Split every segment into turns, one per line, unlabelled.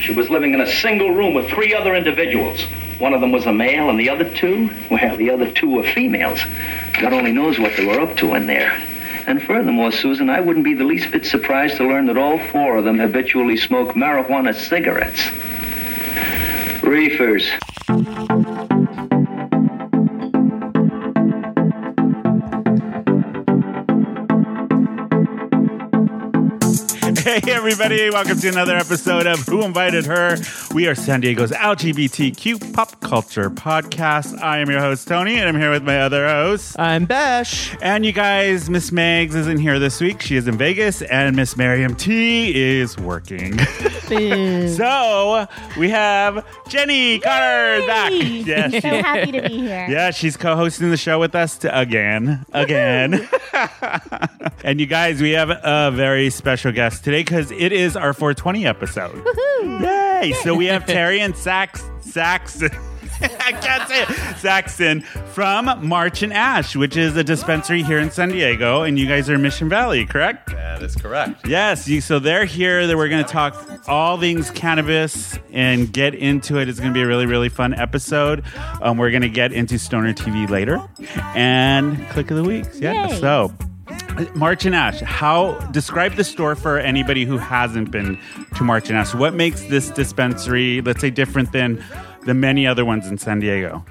She was living in a single room with three other individuals. One of them was a male, and the other two, well, the other two were females. God only knows what they were up to in there. And furthermore, Susan, I wouldn't be the least bit surprised to learn that all four of them habitually smoke marijuana cigarettes. Reefers.
Hey, everybody, welcome to another episode of Who Invited Her? We are San Diego's LGBTQ pop culture podcast. I am your host, Tony, and I'm here with my other host.
Um,
I'm Bash.
And you guys, Miss Megs isn't here this week. She is in Vegas, and Miss Miriam T is working. so we have Jenny Carter back. Yes,
so
she-
happy to be here.
yeah, she's co-hosting the show with us to, again, again. and you guys, we have a very special guest today because it is our 420 episode.
Woohoo.
Yay! So we have Terry and Sax Saxon. I can't say it. Saxon from March and Ash, which is a dispensary here in San Diego, and you guys are in Mission Valley, correct?
That is correct.
Yes, you, so they're here. That we're going to talk all things cannabis and get into it. It's going to be a really, really fun episode. Um, we're going to get into Stoner TV later and Click of the Weeks. Yeah.
Yay.
So, March and Ash, how describe the store for anybody who hasn't been to March and Ash? What makes this dispensary, let's say, different than the many other ones in San Diego?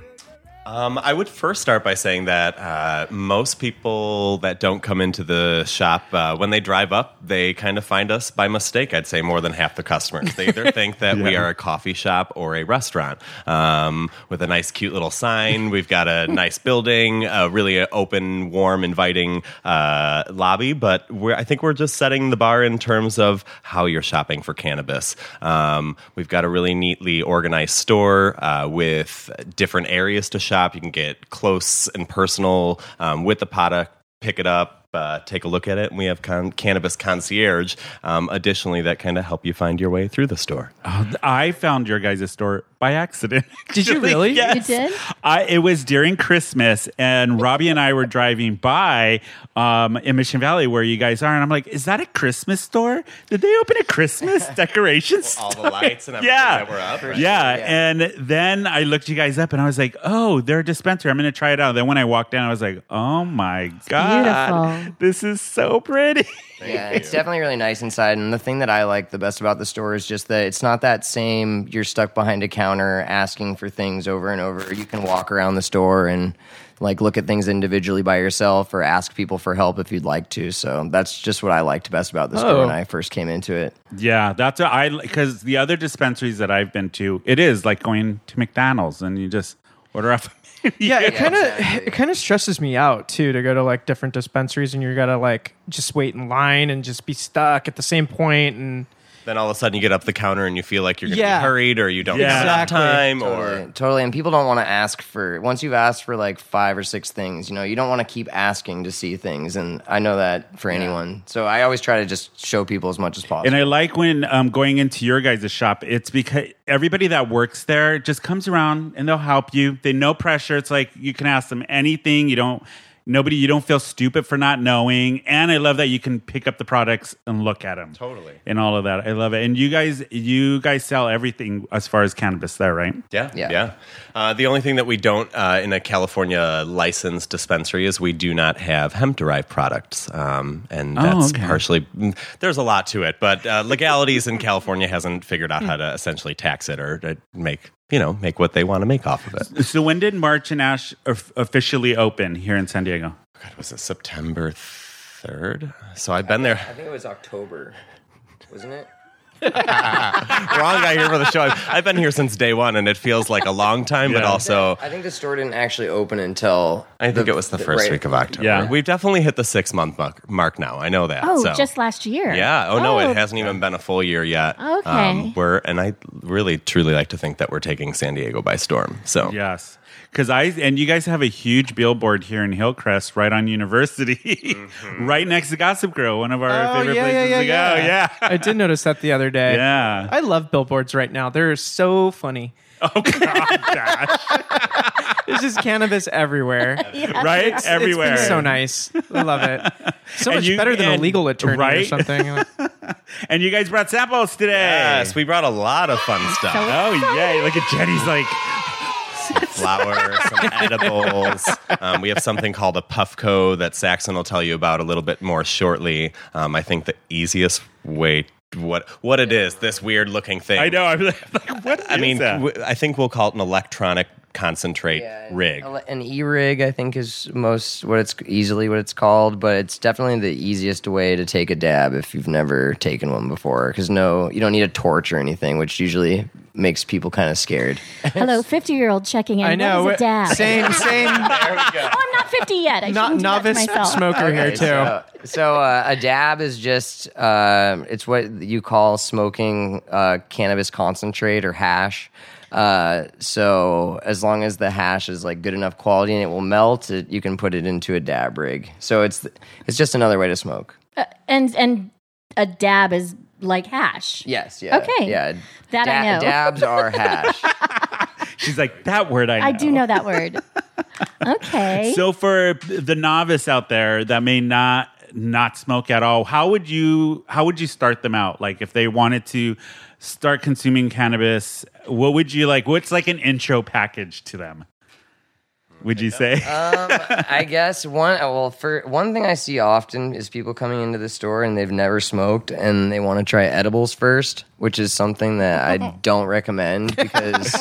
Um, I would first start by saying that uh, most people that don't come into the shop, uh, when they drive up, they kind of find us by mistake, I'd say more than half the customers. They either think that we
Yeah.
are a coffee shop or a restaurant um, with a nice, cute little sign. We've got a nice building, a really open, warm, inviting uh, lobby, but we're, I think we're just setting the bar in terms of how you're shopping for cannabis. Um, we've got a really neatly organized store uh, with different areas to shop. You can get close and personal um, with the product, pick it up. Uh, take a look at it, and we have con- cannabis concierge. Um, additionally, that kind of help you find your way through the store.
Oh, I found your guys' store by accident.
Did you
actually.
really? You
Yes.
did?
I, it was during Christmas, and Robbie and I were driving by um, in Mission Valley where you guys are, and I'm like, "Is that a Christmas store? Did they open a Christmas decoration
All
store?"
the lights and everything
Yeah.
that were up. right?
Yeah, and then I looked you guys up, and I was like, "Oh, they're a dispenser. I'm going to try it out." Then when I walked down, I was like, "Oh my god,
beautiful.
this is so pretty."
Yeah, it's definitely really nice inside. And the thing that I like the best about the store is just that it's not that same you're stuck behind a counter asking for things over and over. You can walk around the store and like look at things individually by yourself or ask people for help if you'd like to. So that's just what I liked best about the store
Oh.
when I first came into it.
Yeah, that's what I because the other dispensaries that I've been to, it is like going to McDonald's and you just order off.
Yeah, it kind of it kind of stresses me out too to go to like different dispensaries and you gotta like just wait in line and just be stuck at the same point and
Then all of a sudden you get up the counter and you feel like you're going to
Yeah.
be hurried or you don't
Yeah.
have enough
Exactly.
time or
Totally, totally. And people don't want to ask for once you've asked for like five or six things, you know, you don't want to keep asking to see things. And I know that for anyone. So I always try to just show people as much as possible.
And I like when um, going into your guys' shop, it's because everybody that works there just comes around and they'll help you. They no pressure. It's like you can ask them anything. You don't nobody. You don't feel stupid for not knowing. And I love that you can pick up the products and look at them.
Totally.
And all of that. I love it. And you guys, you guys sell everything as far as cannabis there, right?
Yeah, yeah.
Yeah.
Uh, the only thing that we don't uh, in a California licensed dispensary is we do not have hemp derived products, um, and that's
Oh, okay.
partially. mm, There's a lot to it, but uh, legalities in California hasn't figured out how to essentially tax it or to make you know make what they want to make off of it.
So when did March and Ash of- officially open here in San Diego?
God, was it September third? So I've been there.
I think it was October, wasn't it?
Wrong guy here for the show. I've, I've been here since day one, and it feels like a long time, but
Yeah.
also.
I think the store didn't actually open until
I think it was the first
right.
week of October.
Yeah.
We've definitely hit the six month mark, mark now. I know that.
Oh,
so.
just last year.
Yeah. Oh, no,
Oh.
it hasn't even been a full year yet. Um,
Okay.
we're and I really truly like to think that we're taking San Diego by storm. So
Yes. Because I and you guys have a huge billboard here in Hillcrest, right on University, right next to Gossip Girl, one of
Oh,
our favorite places to go. Yeah,
I did notice that the other day.
Yeah.
I love billboards right now. They're so funny.
Oh God, Josh.
There's just cannabis everywhere.
right everywhere.
It's been so nice. I love it. So
And
much
you-
better than
and-
a legal attorney or
right?
something.
And you guys brought samples today.
Yes, we brought a lot of fun stuff.
Oh yay! Look at Jenny's like
flour, some edibles. Um, we have something called a puffco that Saxon will tell you about a little bit more shortly. Um, I think the easiest way what what it is this weird looking thing.
I know. I'm like, like what?
I
is
mean,
that?
w- I think we'll call it an electronic concentrate
Yeah,
rig.
ele- An e rig, I think, is most what it's easily what it's called, but it's definitely the easiest way to take a dab if you've never taken one before. Because no, you don't need a torch or anything, which usually makes people kind of scared.
Hello, 50 year old checking in.
I know.
What is a dab?
Same, same.
Oh, I'm not 50 yet. I
not
shouldn't do that to
novice
myself.
smoker here
Okay,
too.
So, so, uh, a dab is just uh, it's what you call smoking uh, cannabis concentrate or hash. Uh, so as long as the hash is like good enough quality and it will melt, it, you can put it into a dab rig. So it's it's just another way to smoke.
Uh, And and a dab is like hash.
Yes. Yeah.
Okay.
Yeah.
That I know.
Dabs are hash.
she's like that word. I know.
I do know that word. Okay.
So for the novice out there that may not not smoke at all, how would you how would you start them out? Like if they wanted to start consuming cannabis, what would you like? What's like an intro package to them? Would you say?
Uh, I guess one uh, well for one thing I see often is people coming into the store and they've never smoked and they want to try edibles first, which is something that I don't recommend because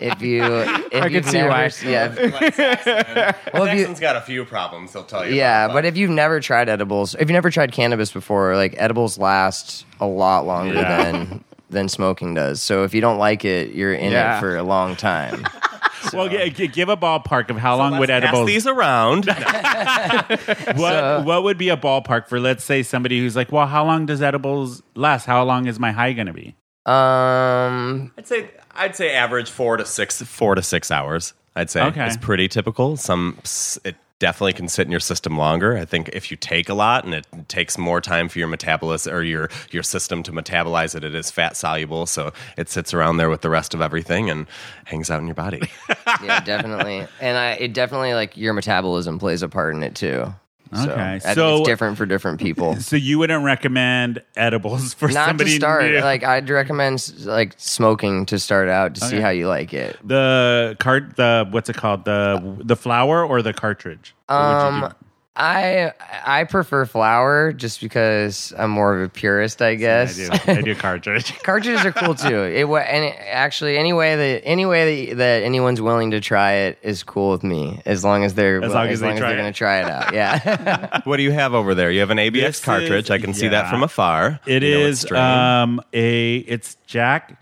if you if I
could see why.
yeah if- well if you,
Saxon's got a few problems. He'll tell you.
yeah
about,
but if you've never tried edibles if you've never tried cannabis before like edibles last a lot longer
Yeah.
than than smoking does so if you don't like it you're in
Yeah.
it for a long time
well, g- g- give a ballpark of how long
let's
would
pass
edibles.
these around.
what what would be a ballpark for? Let's say somebody who's like, well, how long does edibles last? How long is my high going to be?
um
I'd say I'd say average four to six four to six hours. I'd say
Okay.
it's pretty typical. Some s- it definitely can sit in your system longer. I think if you take a lot and it takes more time for your metabolism or your your system to metabolize it, it is fat soluble, so it sits around there with the rest of everything and hangs out in your body.
yeah, definitely. And I, it definitely like your metabolism plays a part in it too. So,
Okay,
I think
so-
it's different for different people.
So you wouldn't recommend edibles for
Not to
somebody
start,
new?
like I'd recommend s- like smoking to start out to see how you like it.
the cart the what's it called the the flower or the cartridge What
Uh,
would you
Um, I I prefer flour just because I'm more of a purist, I guess.
do? I do i do cartridge
Cartridges are cool too. It wa- and it, actually any way that any way that, that anyone's willing to try it is cool with me as long as they're
As
as
long
long
as
as,
they try
they're
it.
going to try it out. Yeah.
what do you have over there? You have an ABX
This is-
cartridge. I can see
yeah.
that from afar.
It
You know what
is
strain.
um a it's jack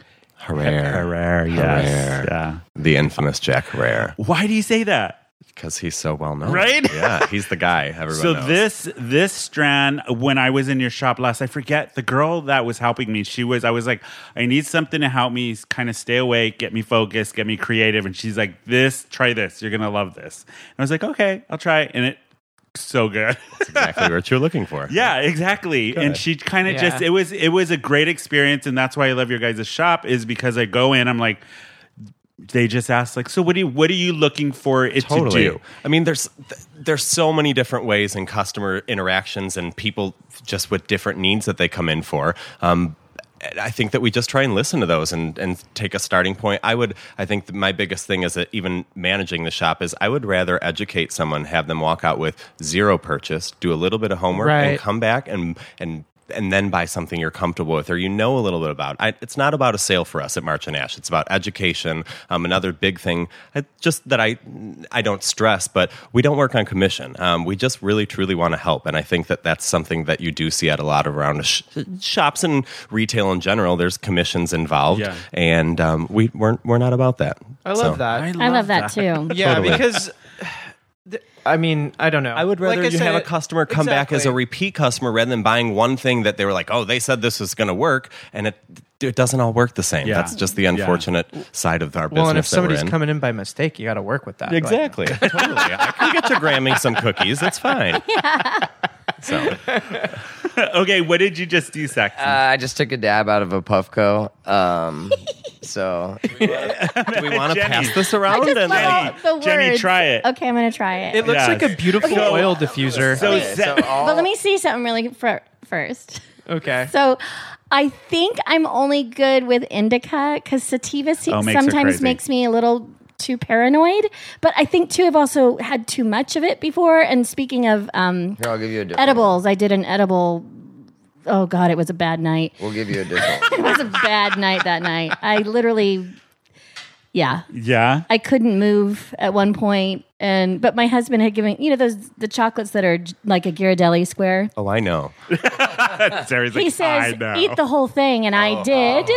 Herrera,
Herrera, yes
Herrera.
yeah
the infamous Jack Herrera,
why do you say that
because he's so well known.
Right?
Yeah, he's the guy. Everyone
so
knows.
this this strand when i was in your shop last i forget the girl that was helping me she was i was like i need something to help me kind of stay awake get me focused get me creative and she's like this try this you're gonna love this and i was like okay i'll try it. and it so good
exactly what you're looking for.
Yeah, exactly. And she kind of
Yeah.
just it was it was a great experience, and that's why I love your guys' shop is because I go in, I'm like, they just ask like, so what do you, what are you looking for it
totally.
to do?
I mean, there's th- there's so many different ways in customer interactions and people just with different needs that they come in for. Um, and I think that we just try and listen to those and, and take a starting point. I would, I think that my biggest thing is that even managing the shop is I would rather educate someone, have them walk out with zero purchase, do a little bit of homework, and
Right.
come back and and and then buy something you're comfortable with or you know a little bit about. I, it's not about a sale for us at March and Ash. It's about education. Um, another big thing, I, just that I I don't stress, but we don't work on commission. Um, we just really truly want to help, and I think that that's something that you do see at a lot around sh- shops and retail in general. There's commissions involved,
Yeah.
and um, we weren't we're not about that.
I love that.
I love that, too.
yeah, because th- I mean, I don't know.
I would rather
Like I
you
said,
have a customer come back as a
exactly.
repeat customer rather than buying one thing that they were like, oh, they said this was going to work, and it it doesn't all work the same.
Yeah.
That's just the unfortunate side of our business.
Well, and if
that we're
somebody's
in.
coming in by mistake, you got to work with that. Like,
exactly, totally, I can get to gramming some cookies. It's fine. So
okay, what did you just do, Saxon?
Uh, I just took a dab out of a Puffco. Um, so
do we want to
Jenny.
pass this around?
Just let
And like,
out the words.
Jenny, try it.
Okay, I'm gonna try it.
it looks
Yeah.
like a beautiful
So-
oil diffuser.
so,
okay, so
Sa-
all-
but let me see something really fir- first.
okay.
So I think I'm only good with indica because sativa se-
Oh, makes her
sometimes
crazy.
makes me a little too paranoid. But I think too I've also had too much of it before. And speaking of um,
here, I'll give you a different. one.
edibles, I did an edible. Oh God, it was a bad night.
We'll give you a different. one.
It was a bad night that night. I literally, yeah,
yeah.
I couldn't move at one point, and but my husband had given you know those the chocolates that are j- like a Ghirardelli square.
oh, I know.
Sarah's
He
like,
says,
I know. Oh.
"Eat the whole thing," and I did.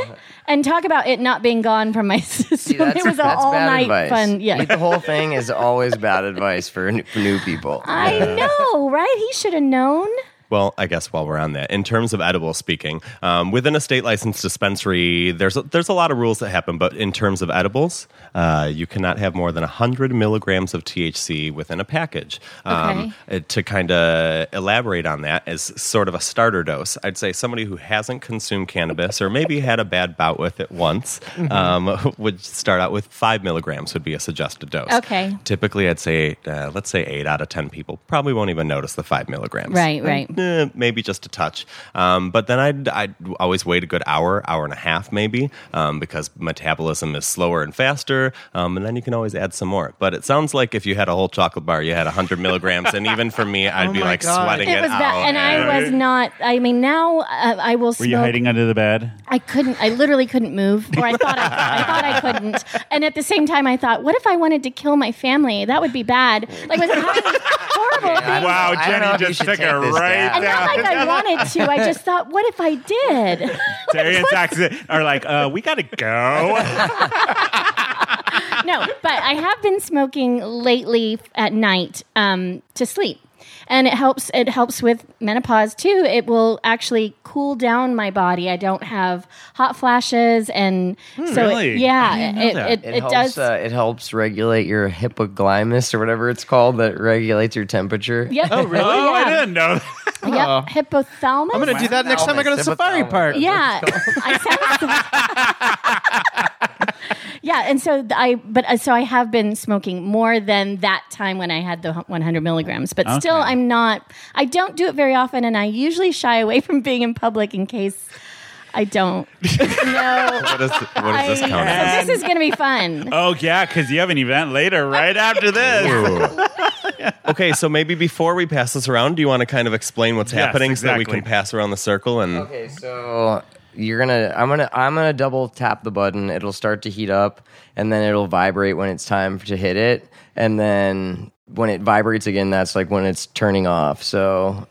And talk about it not being gone from my system.
See, that's,
it was an
that's
all
bad
night
advice.
fun.
Eat
Yeah,
the whole thing is always bad advice for n- for new people.
I know, right? He should have known.
Well, I guess while we're on that, in terms of edible speaking, um, within a state licensed dispensary, there's a, there's a lot of rules that happen. But in terms of edibles, uh, you cannot have more than 100 milligrams of THC within a package. Um, uh, To kind of elaborate on that, as sort of a starter dose, I'd say somebody who hasn't consumed cannabis or maybe had a bad bout with it once
Mm-hmm.
um, would start out with five milligrams would be a suggested dose.
Okay.
Typically, I'd say uh, let's say eight out of ten people probably won't even notice the five milligrams
Right, right.
eh, maybe just a touch. Um, but then I'd, I'd always wait a good hour, hour and a half, maybe, um, because metabolism is slower and faster. Um, and then you can always add some more. But it sounds like if you had a whole chocolate bar, you had 100 milligrams. And even for me, I'd
Oh
be
my
like
God.
sweating it,
It was
out.
that, and I was not. I mean, now uh, I will
Were
smoke.
you hiding under the bed?
I couldn't. I literally couldn't move, or I thought I, I thought I couldn't. And at the same time, I thought, what if I wanted to kill my family? That would be bad. Like, was having these horrible
I
things.
don't-
Wow,
I don't
Jenny
know if you
just
should
took
take
it
this
right
down.
And not like I wanted to. I just thought, what if I did?
Terry and Saxon are like, uh, we gotta go.
no, but I have been smoking lately at night um, to sleep, and it helps. It helps with menopause too. It will actually cool down my body. I don't have hot flashes, and so it-
really? I
yeah,
didn't know
it,
that.
it,
It,
it,
helps,
does.
Uh, it helps regulate your hypoglymis or whatever it's called that regulates your temperature.
Yep. Oh, really?
oh, I
Yeah.
didn't know.
Yep. Hypothalamus.
I'm gonna do that next time I go to
Hypothalamus.
Safari Park.
yeah. I sound- yeah, and so th- I, but uh, so I have been smoking more than that time when I had the hu- 100 milligrams, but still
Okay.
I'm not. I don't do it very often, and I usually shy away from being in public in case I don't. no.
What is, what is this
I-
count as?
so this is gonna be fun.
Oh yeah, because you have an event later, right after this.
okay, so maybe before we pass this around, do you want to kind of explain what's
Yes,
happening so that
exactly.
we can pass around the circle and
Okay, so you're gonna I'm gonna I'm gonna double tap the button. It'll start to heat up and then it'll vibrate when it's time to hit it. And then when it vibrates again, that's like when it's turning off. So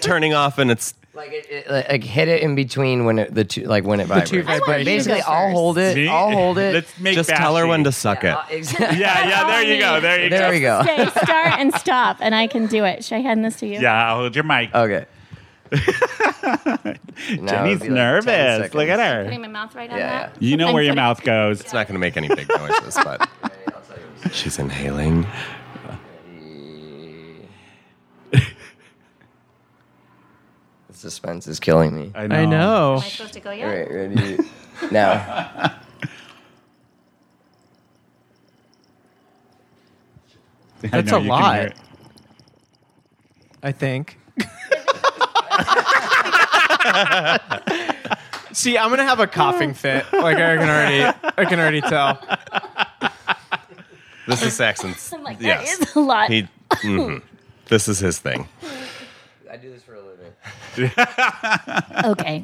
turning off? And it's
like, it, it, like like, hit it in between when it the two like when it vibrates.
two vibrations.
Basically, I'll hold it.
See?
I'll hold it.
Let's make
just tell her
Bashy.
when to suck it.
Uh, exactly.
Yeah, yeah. There you go. There you go.
There we go.
Say start and stop, and I can do it. Should I hand this to you?
Yeah, I'll hold your mic.
Okay. Now Oh, it'd
Jenny's
be like 10
nervous. Look at
seconds.
her.
Putting my mouth right on
Yeah,
that.
You know
I'm
where your
putting-
mouth goes.
It's not going to make any big noises, but she's inhaling.
The suspense is killing me.
I know.
I know.
Am I supposed to go
All
yet?
right, ready? now.
I
That's
know,
a
you can
lot.
hear it.
I think. See, I'm gonna have a coughing fit. Like I can already, I can already tell.
This is Saxon's.
I'm like, that
yes.
is a lot.
He, mhm. This is his thing.
I do this for a living.
Okay.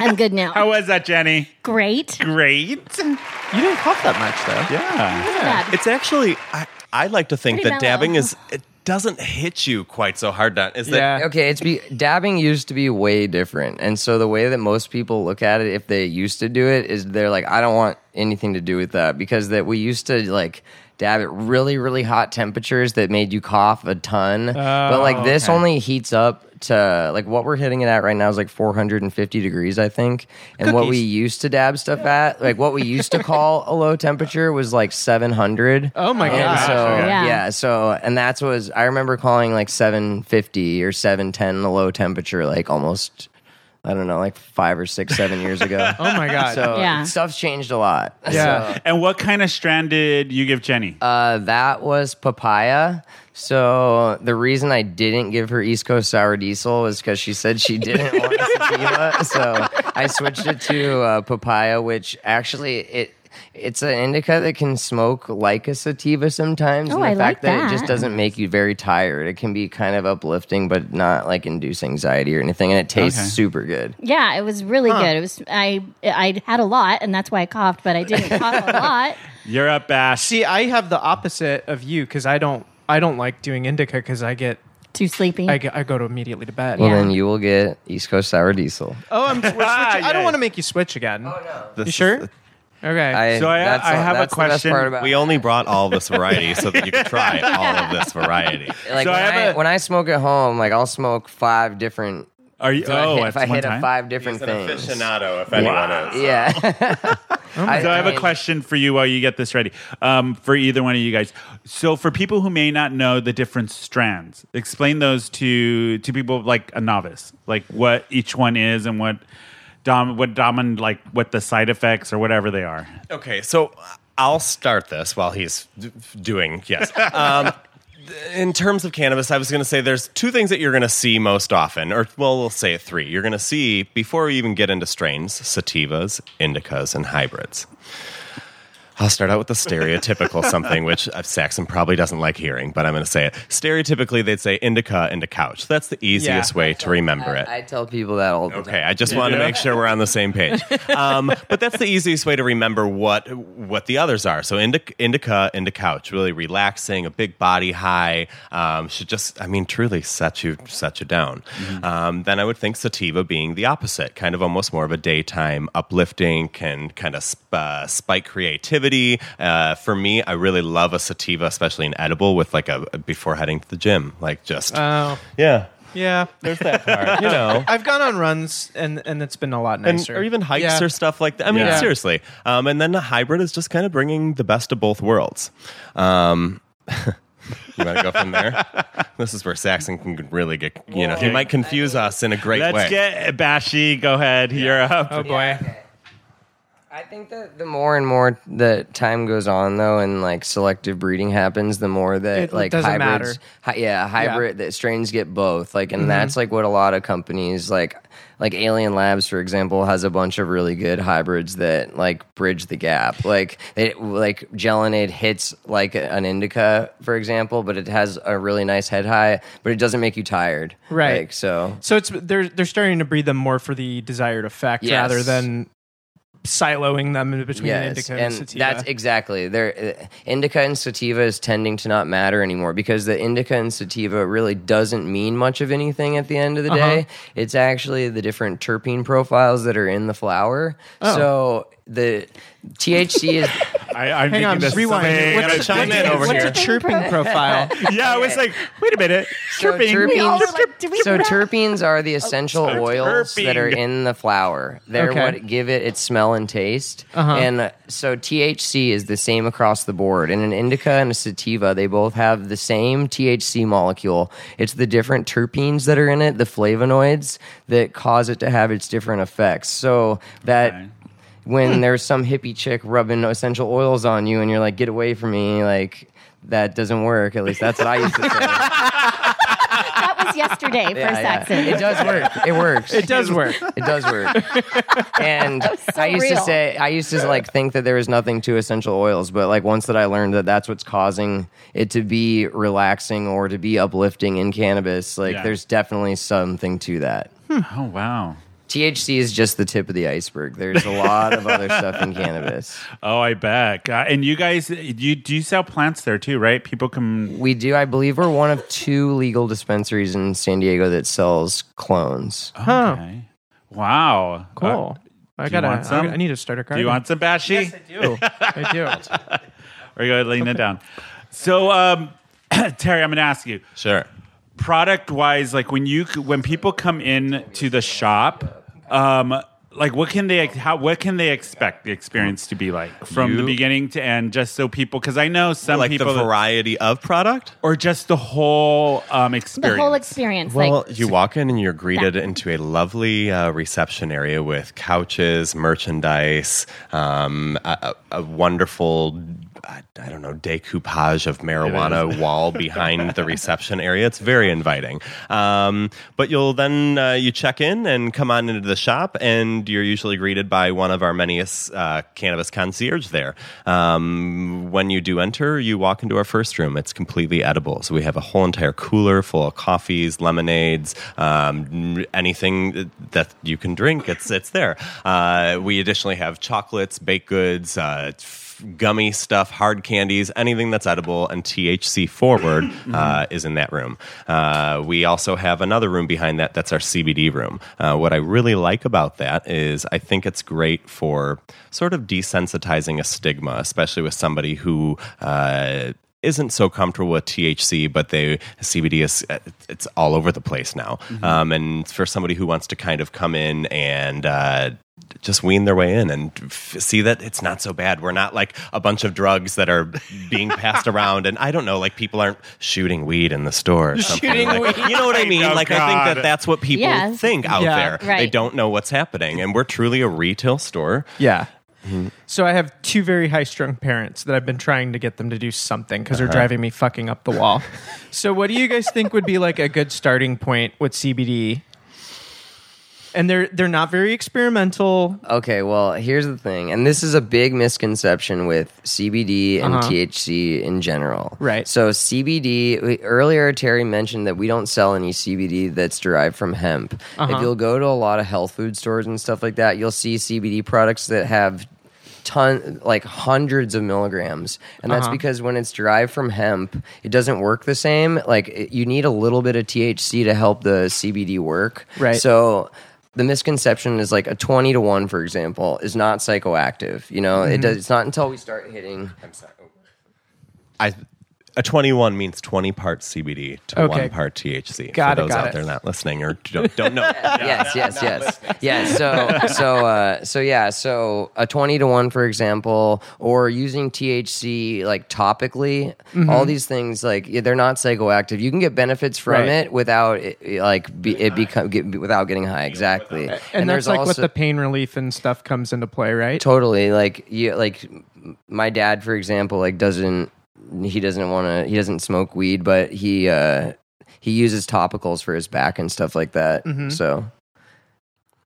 I'm good now.
How was that, Jenny?
Great.
Great.
You didn't cough that much though.
Yeah.
Bad.
It's actually, I, I like to think
Pretty
that
mellow.
dabbing is, it doesn't hit you quite so hard. Down. Is that,
Yeah.
Okay, it's be dabbing used to be way different, and so the way that most people look at it, if they used to do it, is they're like, I don't want anything to do with that because that we used to like dab at really, really hot temperatures that made you cough a ton. but
Oh,
like this only heats up to like what we're hitting it at right now is like 450 degrees, I think. And what we used to dab stuff at, like what we used to call a low temperature was like 700.
Oh my
And
gosh,
so,
okay.
Yeah.
yeah. So, and that's was I remember calling like 750 or 710 the low temperature, like almost, I don't know, like five or six, seven years ago.
Oh my god.
So
Yeah.
stuff's changed a lot.
yeah.
And what kind of strand did you give Jenny?
Uh, that was papaya. So the reason I didn't give her East Coast Sour Diesel was because she said she didn't want sativa. So I switched it to uh, papaya, which actually it it's an indica that can smoke like a sativa sometimes.
Oh,
and the
I like
fact that.
that.
it just doesn't make you very tired. It can be kind of uplifting, but not like induce anxiety or anything. And it tastes
Okay.
super good.
Yeah, it was really good. It was I I had a lot, and that's why I coughed, but I didn't cough a lot.
You're up, Bash.
See, I have the opposite of you because I don't. I don't like doing indica because I get.
Too sleepy.
I, get, I go to immediately to bed.
Well,
Yeah.
then you will get East Coast Sour Diesel.
Oh, I'm. We're switching. I
Yeah.
don't want to make you switch again.
This
You
is-
sure? Okay.
I,
So I-
that's
I
all-
have a
that's the best
question.
part about
We only brought all this variety so that you could try all of this variety.
like
So
when,
I
I
have a-
when I smoke at home, like I'll smoke five different.
Are you?
so I
oh,
hit-
at
if I
one
hit
time?
a five different things,
if anyone is.
yeah.
So Oh I have a
mean,
question for you while you get this ready, um, for either one of you guys. So for people who may not know the different strands, explain those to to people like a novice, like what each one is and what dom what domin like what the side effects or whatever they are.
Okay, so I'll start this while he's d- doing, yes. Um, in terms of cannabis, I was going to say there's two things that you're going to see most often, or well, we'll say three. You're going to see, before we even get into strains, sativas, indicas, and hybrids. I'll start out with the stereotypical something, which uh, Saxon probably doesn't like hearing, but I'm going to say it. Stereotypically, they'd say indica, into couch. That's the easiest way to remember it.
I tell people that all the
Okay, I just want to make sure we're on the same page. Um, but that's the easiest way to remember what what the others are. So indica, indica, into couch, really relaxing, a big body high um, should just, I mean, truly set you set you down. Um, then I would think sativa being the opposite, kind of almost more of a daytime uplifting, can kind of sp- uh, spike creativity. Uh, for me, I really love a sativa, especially an edible with like a before heading to the gym, like just
oh,
yeah.
yeah.
There's that part, you know.
I've gone on runs and and it's been a lot
and,
nicer.
or even hikes
Yeah.
or stuff like that. I mean,
Yeah.
seriously. Um, and then the hybrid is just kind of bringing the best of both worlds. Um, you want to go from there? this is where Saxon can really get, you know, he might confuse us in a great
Let's
way.
get Bashy. Go ahead, you're up.
Oh boy.
I think that the more and more that time goes on, though, and like selective breeding happens, the more that
It
like
doesn't
hybrids,
matter.
hi- yeah, hybrid that strains get both. Like, and
Mm-hmm.
that's like what a lot of companies like, like Alien Labs, for example, has a bunch of really good hybrids that like bridge the gap. Like, it like Gelinade hits like an indica, for example, but it has a really nice head high, but it doesn't make you tired,
Right.
Like, so
So it's they're they're starting to breed them more for the desired effect
Yes.
rather than siloing them in between indica and, sativa.
That's exactly there. uh, Indica and sativa is tending to not matter anymore because the indica and sativa really doesn't mean much of anything at the end of the day. It's actually the different terpene profiles that are in the flower. So the THC is
I, I'm
Hang
thinking
on,
the
just rewind.
same-
What's-
gotta
what's-
chime in
what's-
over
what's
here.
a chirping profile?
Yeah, I was like, wait a minute,
So
chirping.
terpenes-
We all were like,
did we
so
wrap?
terpenes are the essential
so
oils that are
terpene.
in the flower. They're
Okay.
what give it its smell and taste. And uh, so THC is the same across the board. In an indica and a sativa, they both have the same THC molecule. It's the different terpenes that are in it, the flavonoids that cause it to have its different effects. So that
Okay.
when there's some hippie chick rubbing essential oils on you and you're like, get away from me, like that doesn't work. At least that's what I used to say.
that was yesterday for
Yeah, yeah.
Saxon.
It does work. It works.
It does work.
It does work. And I used
real.
to say, I used to like think that there was nothing to essential oils, but like once that I learned that that's what's causing it to be relaxing or to be uplifting in cannabis, like
Yeah.
there's definitely something to that.
oh wow.
THC is just the tip of the iceberg. There's a lot of other stuff in cannabis.
Oh, I bet. God. And you guys, you do you sell plants there too, right? People can.
We do, I believe, we're one of two legal dispensaries in San Diego that sells clones.
Huh.
Okay. Wow. Uh,
Cool. I
you
gotta.
want some?
I need a starter card.
Do you want some Bashi?
I do. I do.
We're going to lean it down. So, um, Terry, I'm going to ask you
Sure.
product wise like when you when people come in to the shop um like what can they how what can they expect the experience to be like from the
You-
beginning to end just so people because i know some
like
people
the
that-
variety of product.
or just the whole um
The
experience
whole experience,
Well,
like
you walk in and you're greeted
That.
into a lovely uh, reception area with couches, merchandise, um, a, a a wonderful, I, I don't know, decoupage of marijuana wall behind the reception area. It's very inviting. Um, but you'll then uh, you check in and come on into the shop, and you're usually greeted by one of our many uh, cannabis concierge there. Um, when you do enter, you walk into our first room. It's completely edible. So we have a whole entire cooler full of coffees, lemonades, um, anything that you can drink. It's it's there. Uh, we additionally have chocolates, baked goods. Uh, f- Gummy stuff, hard candies, anything that's edible and THC forward uh, is in that room. Uh, we also have another room behind that that's our CBD room. Uh, what I really like about that is I think it's great for sort of desensitizing a stigma, especially with somebody who. Uh, isn't so comfortable with THC, but they CBD is uh, it's all over the place now. Um, and for somebody who wants to kind of come in and uh, just wean their way in and f- see that it's not so bad. We're not like a bunch of drugs that are being passed around, and I don't know, like people aren't shooting weed in the store. Or something
Shooting
like- You know what I mean?
Oh,
like I think
God.
that that's what people
Yeah.
think out
Yeah.
there. They
Right.
don't know what's happening, and we're truly a retail store.
Yeah. Mm-hmm. So I have two very high strung parents that I've been trying to get them to do something because
Uh-huh.
they're driving me fucking up the wall. so what do you guys think would be like a good starting point with CBD? And they're they're not very experimental.
Oh,
Okay, well, here's the thing, and this is a big misconception with CBD and THC in general.
Right.
So CBD we, earlier, Terry mentioned that we don't sell any CBD that's derived from hemp. If you'll go to a lot of health food stores and stuff like that, you'll see CBD products that have ton like hundreds of milligrams and that's because when it's derived from hemp it doesn't work the same like it- you need a little bit of thc to help the cbd work
Right.
so so the misconception is like a 20 to 1 for example is not psychoactive you know it does, it's not until we start hitting oh.
I a 21 means 20 parts CBD to
Okay.
one part THC.
Got it,
for those
got
out
it.
there not listening or don't, don't know.
yes yes yes yes so so uh, so yeah so a 20 to 1 for example or using thc like topically
Mm-hmm.
all these things like yeah, they're not psychoactive you can get benefits from
Right.
it without it, it, like be, it become get, without getting high exactly and,
And, that's like what the pain relief and stuff comes into play, right?
totally like you like m- my dad for example like doesn't he doesn't want to he doesn't smoke weed but he uh he uses topicals for his back and stuff like that so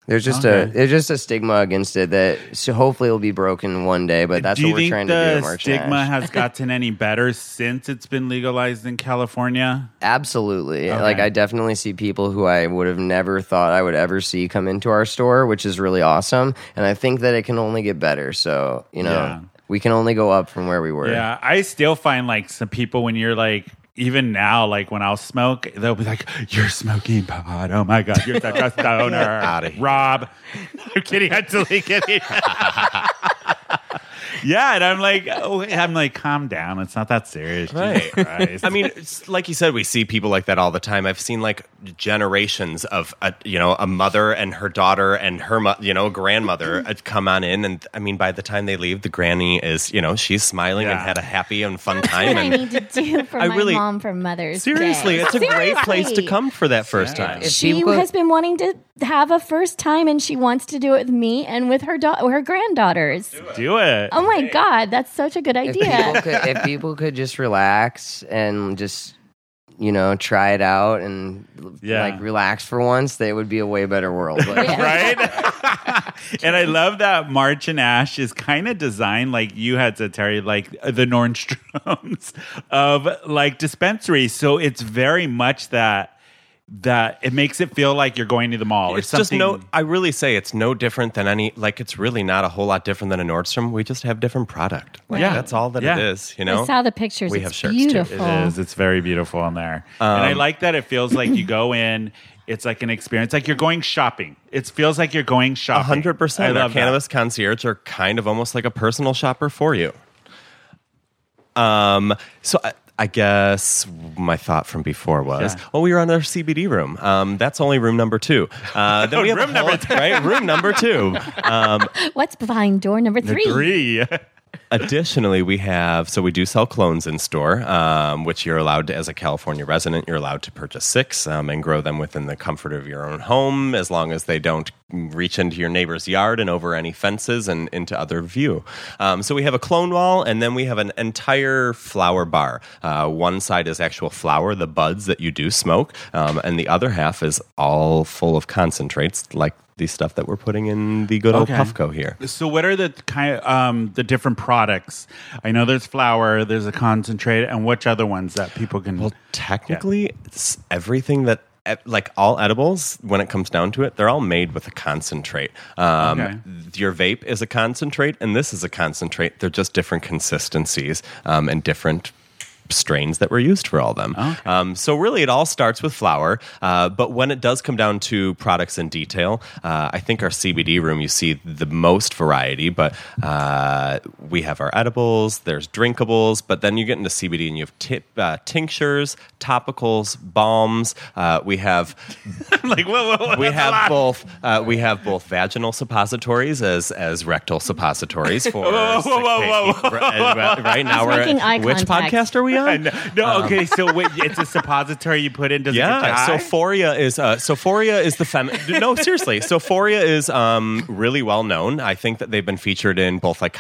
there's just
Mm-hmm. Okay.
a there's just a stigma against it that so hopefully will be broken one day but that's
do you
what we're
think
trying to do
the
in March and
stigma
Ash.
has gotten any better since it's been legalized in California?
Absolutely. Like I definitely see people who I would have never thought I would ever see come into our store, which is really awesome. And I think that it can only get better. So, you know,
Yeah.
we can only go up from where we were.
Yeah, I still find like some people when you're like even now, like when I'll smoke, they'll be like, "You're smoking pot! Oh my god, you're such a stoner,
outta here.
Rob." I'm kidding, I'm totally kidding. yeah, and I'm like, oh, I'm like, calm down. It's not that serious. Jesus
Right.
Christ.
I mean, it's- like you said, we see people like that all the time. I've seen like generations of, a, you know, a mother and her daughter and her, mo- you know, grandmother
Mm-hmm.
uh, come on in. And I mean, by the time they leave, the granny is, you know, she's smiling and
Yeah.
had a happy and fun
what
time.
I
And
need to do for
I
my
really-
mom for Mother's
seriously,
Day.
it's a great place to
Seriously.
come for that first time.
If
She
people-
has been wanting to have a first time, and she wants to do it with me and with her da- her granddaughters.
do it.
Oh my god, that's such a good
if
idea.
people could if people could just relax and just you know try it out and
Yeah.
like relax for once they would be a way better world But-
Yeah.
right? and I love that March and Ash is kind of designed like you had said, Terry, like the Nordstroms of like dispensaries. So it's very much that that it makes it feel like you're going to the mall or
it's just
something.
no i really say it's no different than any like it's really not a whole lot different than a nordstrom we just have different product like
Yeah.
that's all that
Yeah.
it is you
I
know
saw the pictures.
We
it's
have shirts, too. It
beautiful.
It is. It's very beautiful in there. and
Um,
I like that it feels like you go in, it's like an experience. Like you're going shopping. It feels like you're going shopping.
hundred
I
percent. Our
love that.
cannabis concierge are kind of almost like a personal shopper for you. Um, so I, I guess my thought from before was, well, we were on our CBD room. Um, that's only room number two. Uh, then we have room number two, right? Room number two.
What's behind door number three?
Three.
Additionally, we have so we do sell clones in store, um, which you're allowed to, as a California resident, you're allowed to purchase six um, and grow them within the comfort of your own home, as long as they don't reach into your neighbor's yard and over any fences and into other view. Um, so we have a clone wall, and then we have an entire flower bar. Uh, one side is actual flower, the buds that you do smoke, um, and the other half is all full of concentrates like. The stuff that we're putting in the good old
Okay.
Puffco here.
So, what are the kind um, the different products? I know there's flour, there's a concentrate, and which other ones that people can?
Well, technically, it's everything that e- like all edibles when it comes down to it they're all made with a concentrate um,
Okay.
th- your vape is a concentrate and this is a concentrate they're just different consistencies um, and different strains that were used for all them um, so really it all starts with flour uh, but when it does come down to products in detail uh, i think our cbd room you see the most variety but uh, we have our edibles there's drinkables but then you get into cbd and you have tip, uh, tinctures topicals balms uh, we have
like, whoa, whoa, whoa,
we
that's a lot.
have both uh, we have both vaginal suppositories as as rectal suppositories for
Whoa, whoa,
sick
whoa, whoa,
baby- right, right now we're
making eye
which
contact.
podcast are
And-
we on
no, okay. So, wait, it's a suppository you put in. Does it get
um, yeah,
high?
Sophoria is uh, Sophoria is the fem. no, seriously, Sophoria is um, really well known. I think that they've been featured in both like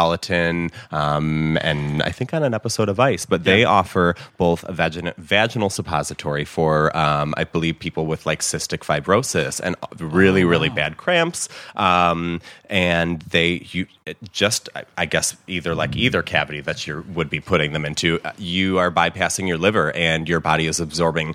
Cosmopolitan um, and I think on an episode of Vice. But they offer both a vagin- vaginal suppository for um, I believe people with like cystic fibrosis and really really
Oh.
bad cramps. Um, and they you it just I, I guess either like either cavity that you would be putting them into, uh, you are bypassing your liver and your body is absorbing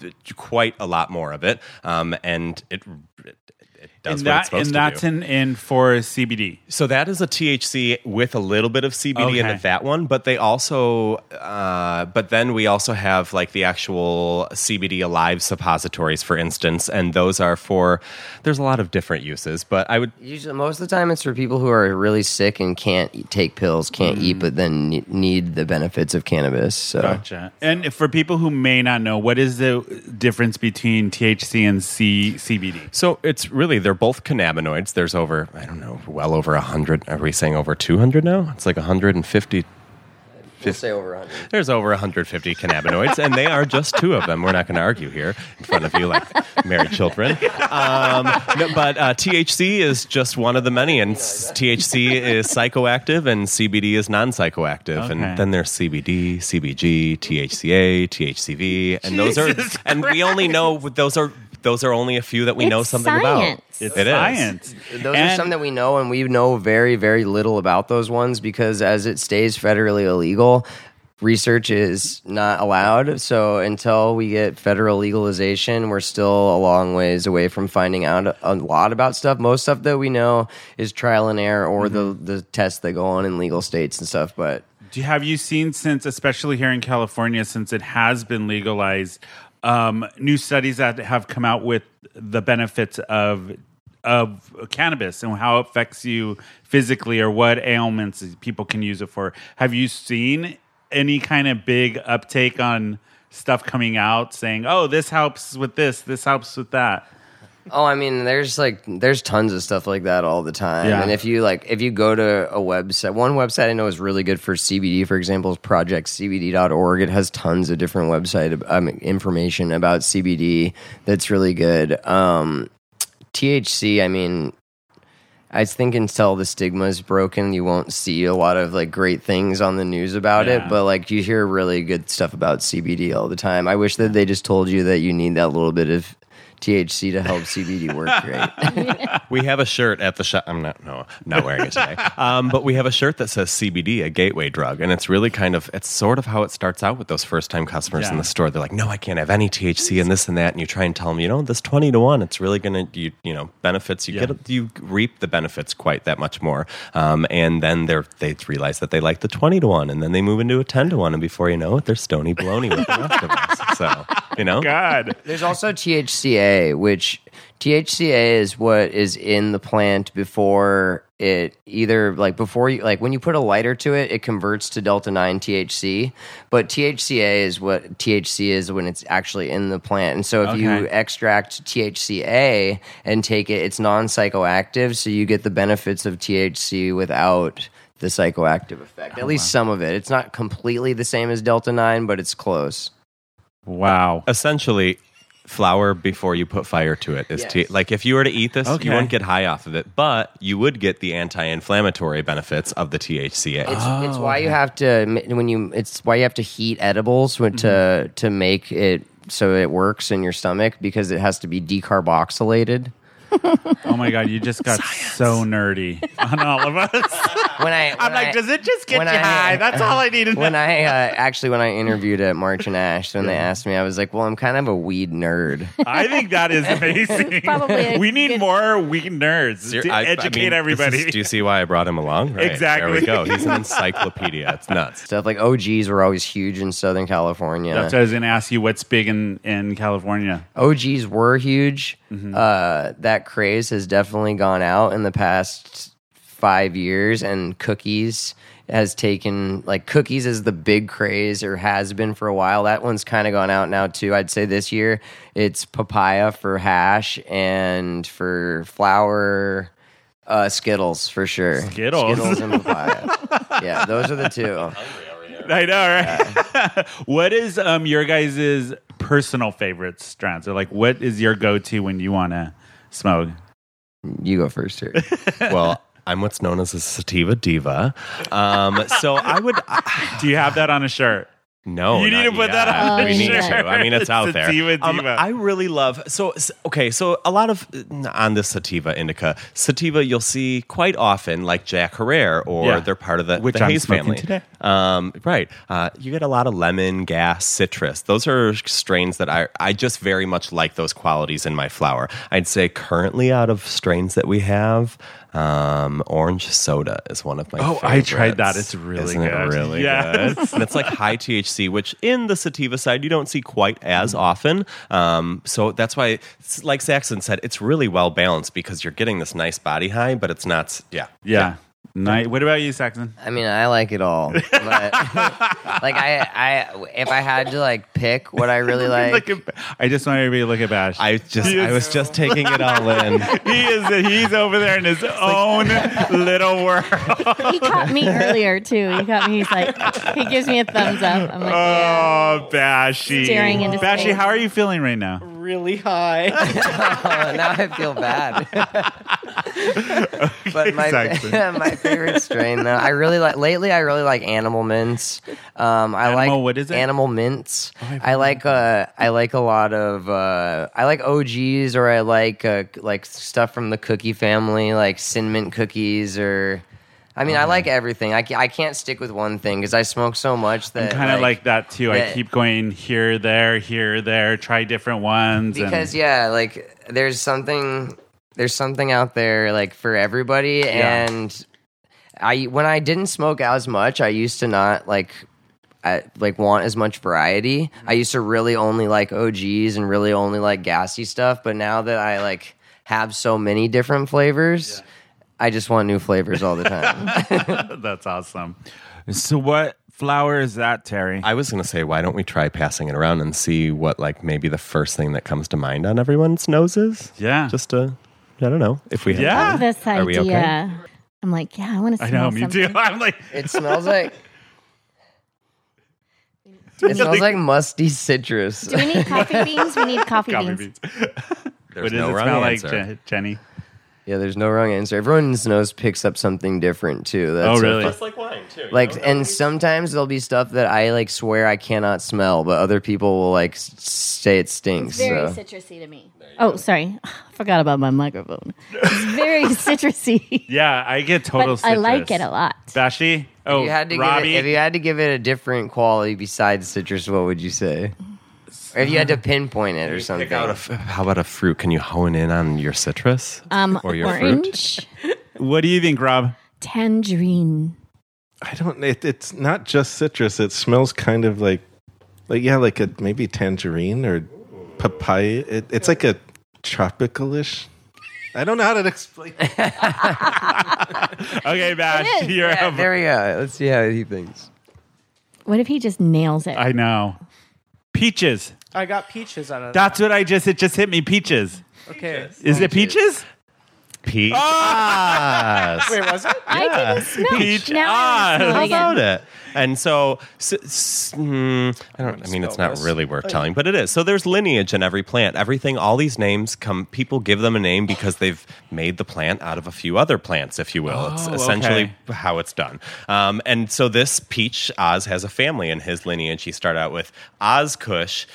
th- quite a lot more of it. Um, and it, it, it
and
does what
that
it's supposed
and
to
that's
do.
in in for CBD.
so that is a THC with a little bit of CBD in
Okay.
it, that one, but they also, uh, but then we also have like the actual CBD alive suppositories, for instance, and those are for, there's a lot of different uses, but I would
Usually, most of the time, it's for people who are really sick and can't e- take pills, can't eat, but then ne- need the benefits of cannabis. So,
Gotcha. And for people who may not know, what is the difference between THC and C- CBD?
So it's really they're both cannabinoids. There's over I don't know, well over hundred. Are we saying over two hundred now? It's like hundred and fifty.
we'll say over 100.
There's over 150 cannabinoids, and they are just two of them. We're not going to argue here in front of you like married children. Um, no, but uh, THC is just one of the many, and s- THC is psychoactive, and CBD is non-psychoactive,
Okay.
and then there's CBD, CBG, THCA, THCV, and those are,
Jesus
and we only know those are those are only a few that we know
It's
something
science.
about.
It's
It is.
science.
Those are
And-
some that we know, and we know very, very little about those ones because as it stays federally illegal, research is not allowed. So, until we get federal legalization, we're still a long ways away from finding out a- a lot about stuff. Most stuff that we know is trial and error or the, the tests that go on in legal states and stuff, but.
Do you- have you seen since, especially here in California, since it has been legalized, um, new studies that have come out with the benefits of of cannabis and how it affects you physically or what ailments people can use it for? Have you seen any kind of big uptake on stuff coming out saying, "Oh, this helps with this, this helps with that"?
Oh, I mean, there's like there's tons of stuff like that all the time.
Yeah.
And if you like, if you go to a website, one website I know is really good for CBD. For example, is projectcbd.org. It has tons of different website um, information about CBD that's really good. Um, THC, I mean, I think until the stigma is broken, you won't see a lot of like great things on the news about
Yeah.
it. But like you hear really good stuff about CBD all the time. I wish that they just told you that you need that little bit of THC to help CBD work great.
We have a shirt at the shop. I'm not no not wearing it today. Um, but we have a shirt that says CBD, a gateway drug, and it's really kind of it's sort of how it starts out with those first time customers in
Yeah.
the store. They're like, no, I can't have any THC and this and that, and you try and tell them, you know, this twenty to one, it's really gonna you you know benefits. You get you reap the benefits quite that much more, um, and then they are they realize that they like the twenty to one, and then they move into a ten to one, and before you know it, they're stony baloney with the rest of us. So you know,
God,
There's also THCA THCA, which THCA is what is in the plant before it either like before you like when you put a lighter to it, it converts to delta nine THC. But THCA is what THC is when it's actually in the plant. And so if you
Okay.
extract THCA and take it, it's non psychoactive, so you get the benefits of THC without the psychoactive effect. At least some of it. It's not completely the same as delta nine, but it's close.
Wow.
essentially flour before you put fire to it is
Yes.
tea. like if you were to eat this
Okay.
you wouldn't get high off of it but you would get the anti-inflammatory benefits of the
Oh,
THCA
It's, it's why you have to ma- when you it's why you have to heat edibles when- to to make it so it works in your stomach because it has to be decarboxylated.
Oh my God, you just got so nerdy on all of us.
When I when
I'm like,
I-
does it just get
when
you
I-
high? That's all I needed.
when I uh, actually when I interviewed at March and Ash, when they asked me, I was like, "Well, I'm kind of a weed nerd."
I think that is amazing.
Probably a
we need
good-
more weed nerds
Ser-
to
I- I
educate
mean, this
everybody.
is- do you see why I brought him along? Right,
Exactly.
There we go. He's an encyclopedia. It's nuts.
Stuff like OGs were always huge in Southern California.
That's what I was going to ask you. What's big in, in California?
OGs were huge. Uh, that craze has definitely gone out in the past five years, and cookies has taken like cookies is the big craze or has been for a while. That one's kind of gone out now too. I'd say this year it's papaya for hash and for flour. Uh, Skittles for sure.
Skittles.
Skittles and papaya. yeah, those are the two.
I know, right? what is um, your guys' personal favorite strands? Or like, what is your go to when you want to smoke?
You go first here.
Well, I'm what's known as a sativa diva. Um, so I would
Do you have that on a shirt?
No,
You need
not
to put that
yet.
on the
We need
shirt.
to. I mean, it's out there.
Sativa
Um,
diva.
I really love. So s- okay, so a lot of on this sativa indica, sativa you'll see quite often, like Jack Herrera, or
Yeah.
they're part of the,
Which
the
I'm
Hayes
smoking
family.
today.
Um, right. Uh, you get a lot of lemon, gas, citrus. Those are strains that I I just very much like those qualities in my flower. I'd say currently out of strains that we have. Um, orange soda is one of my.
Oh, I tried that.
favorites.
It's really
Isn't it
good.
really
Yes.
good? and it's like high THC, which in the sativa side you don't see quite as often. Um, so that's why, it's- like Saxon said, it's really well balanced because you're getting this nice body high, but it's not. Yeah,
Yeah. Night. What about you, Saxon?
I mean, I like it all. But, like I, I, if I had to like pick what I really like,
Look at- I just want everybody to look at Bash.
I just
Yes.
I was just taking it all in.
he is he's over there in his own little world.
He caught me earlier too. He caught me. He's like, he gives me a thumbs up. I'm like, yeah.
Oh, Bashy.
Staring into
Bashy,
space.
how are you feeling right now?
Really high.
Oh, now I feel bad. but my
exactly.
my favorite strain though, I really like. Lately, I really like animal mints. Um, I
Animal,
like
what is it? Oh,
Animal mints. I like uh, I like a lot of uh, I like OGs or I like uh, like stuff from the cookie family, like cinnamon cookies or. I
Oh,
mean, I like everything. I, ca- I can't stick with one thing because I smoke so much that
Kind of like that too. I
Uh, Yeah.
keep going here, there, here, there. Try different ones. and-
because yeah like there's something there's something out there like for everybody
Yeah.
and i when i didn't smoke as much i used to not like I, like want as much variety
Mm-hmm.
i used to really only like og's and really only like gassy stuff but now that i like have so many different flavors i just want new flavors all the time
that's awesome.
So what flower is that, Terry?
I was gonna say, why don't we try passing it around and see what like maybe the first thing that comes to mind on everyone's noses?
Yeah.
Just uh, I don't know if we.
Yeah.
Love this idea.
Are we okay?
I'm like, yeah, I want to
I know,
smell
me too.
something.
I'm like,
it smells like it smells like musty citrus
Do we need coffee beans? We need coffee,
coffee
beans.
beans.
There's
What does
no
it
wrong
smell
answer.
like, Je- Jenny?
Yeah, there's no wrong answer. Everyone's nose picks up something different too. That's
Oh,
so
really?
fun.
It's like wine too.
Like, and sometimes there'll be stuff that I like swear I cannot smell, but other people will like s- say it stinks.
Very
so.
citrusy to me. Oh, sorry. Forgot about my microphone. It's very citrusy.
Yeah, I get
but
total
I like it
citrus.
a lot.
Bashy? Oh,
If you had to
Robbie?
give it, if you had to give it a different quality besides citrus, what would you say? Or if you had to pinpoint it or something,
Pick out a f- how about a fruit? Can you hone in on your citrus
Um,
or your fruit?
orange,
what do you think, Rob?
tangerine.
I don't. It, it's not just citrus. It smells kind of like, like yeah, like a maybe tangerine or papaya. It, it's like a tropical-ish. I don't know how to explain.
Okay, Bash,
is.
you're
Yeah,
up.
there we go. Let's see how he thinks.
What if he just nails it?
I know. Peaches.
I got peaches out of that.
That's what I just. It just hit me. Peaches.
Okay.
Is it peaches?
Peach.
Oh,
Wait, was it?
I didn't smell
Peach.
it. Now I
Ah,
smell
How
it again.
about it? And so, s- s- mm, I don't. I mean, it's
spell
not
this. Oh,
really worth telling, but it is. So there's lineage in every plant. Everything, all these names come. People give them a name because they've made the plant out of a few other plants, if you will. it's
Oh,
essentially
okay.
how it's done. Um, and so this peach Oz has a family in his lineage. He started out with Ozkush.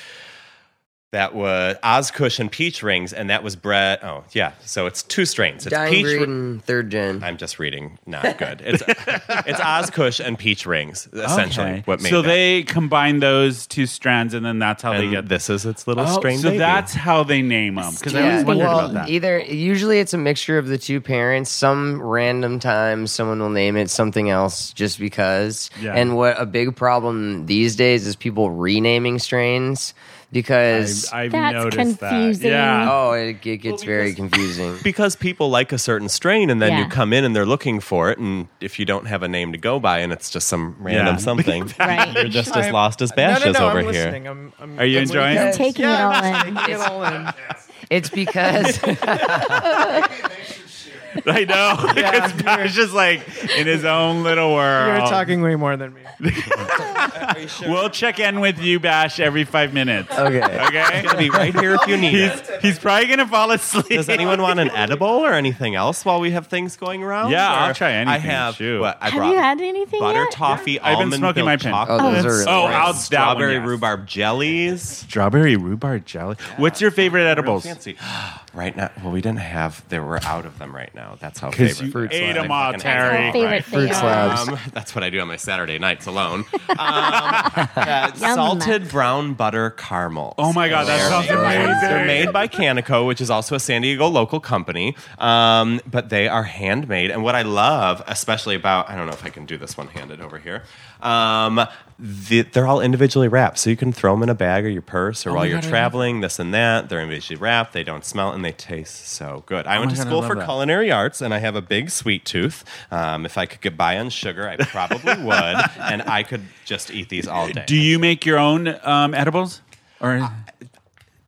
That was Ozkush and peach rings, and that was bred. Oh, yeah. So it's two strains. It's
Dying
peach
breed and third gen.
I'm just reading. Not good. It's it's Ozkush and peach rings essentially.
Okay.
What made
so
that.
they combine those two strands, and then that's how they
And
get
this is its little
Oh,
strain.
so
baby.
that's how they name them. Because I always
Yeah.
wondered
Well,
about that.
Either usually it's a mixture of the two parents. Some random time someone will name it something else just because.
Yeah.
And what a big problem these days is people renaming strains because
I've
That's
noticed that.
confusing.
Yeah.
oh it, it gets very confusing.
because people like a certain strain, and then
Yeah.
you come in and they're looking for it, and if you don't have a name to go by, and it's just some random
Yeah.
something,
Right.
you're just as lost as Bash
no, no,
is
no,
over
I'm
here.
Listening. I'm, I'm,
Are you
I'm
enjoying
with you
I'm
it?
guys.
taking
Yeah,
it all in.
Get all in.
it's because
I know. Because Bash is like in his own little world.
You're talking way more than me.
We'll check in with you, Bash, every five minutes.
okay.
Okay?
I'll be right here if you need
he's,
it.
he's probably going to fall asleep.
Does anyone want an edible or anything else while we have things going around?
Yeah, I'll
Or-
try anything,
I have.
shoot.
What, I
Have
brought
you had anything
butter
yet?
toffee.
I've been
almond
smoking my
milk
pen.
chocolate,
Oh, those are really
oh,
nice.
I'll
strawberry
that one, yes.
rhubarb jellies.
Strawberry rhubarb jelly. What's your favorite edibles?
Fancy. right now, well, we didn't have. There were out of them right now. That's how
'Cause
favorite
you
fruits
ate
were.
'em
They
all,
fucking
Terry.
That's
ate 'em all.
my
Right.
favorite thing.
Um, that's what I do on my Saturday nights alone. Um, uh,
Yum.
salted brown butter caramel.
Oh my God, that sounds amazing.
They're made by Canico, which is also a San Diego local company, um, but they are handmade. And what I love, especially about, I don't know if I can do this one handed over here, um, the, they're all individually wrapped. So you can throw them in a bag or your purse
Oh
or while you're traveling, this and that. They're individually wrapped, they don't smell, and they taste so good. I went
Oh
to
God, I
school
love
for
that.
culinary arts, and I have a big sweet tooth. Um, if I could get by on sugar, I probably would, and I could just eat these all day.
Do you make your own um, edibles? Or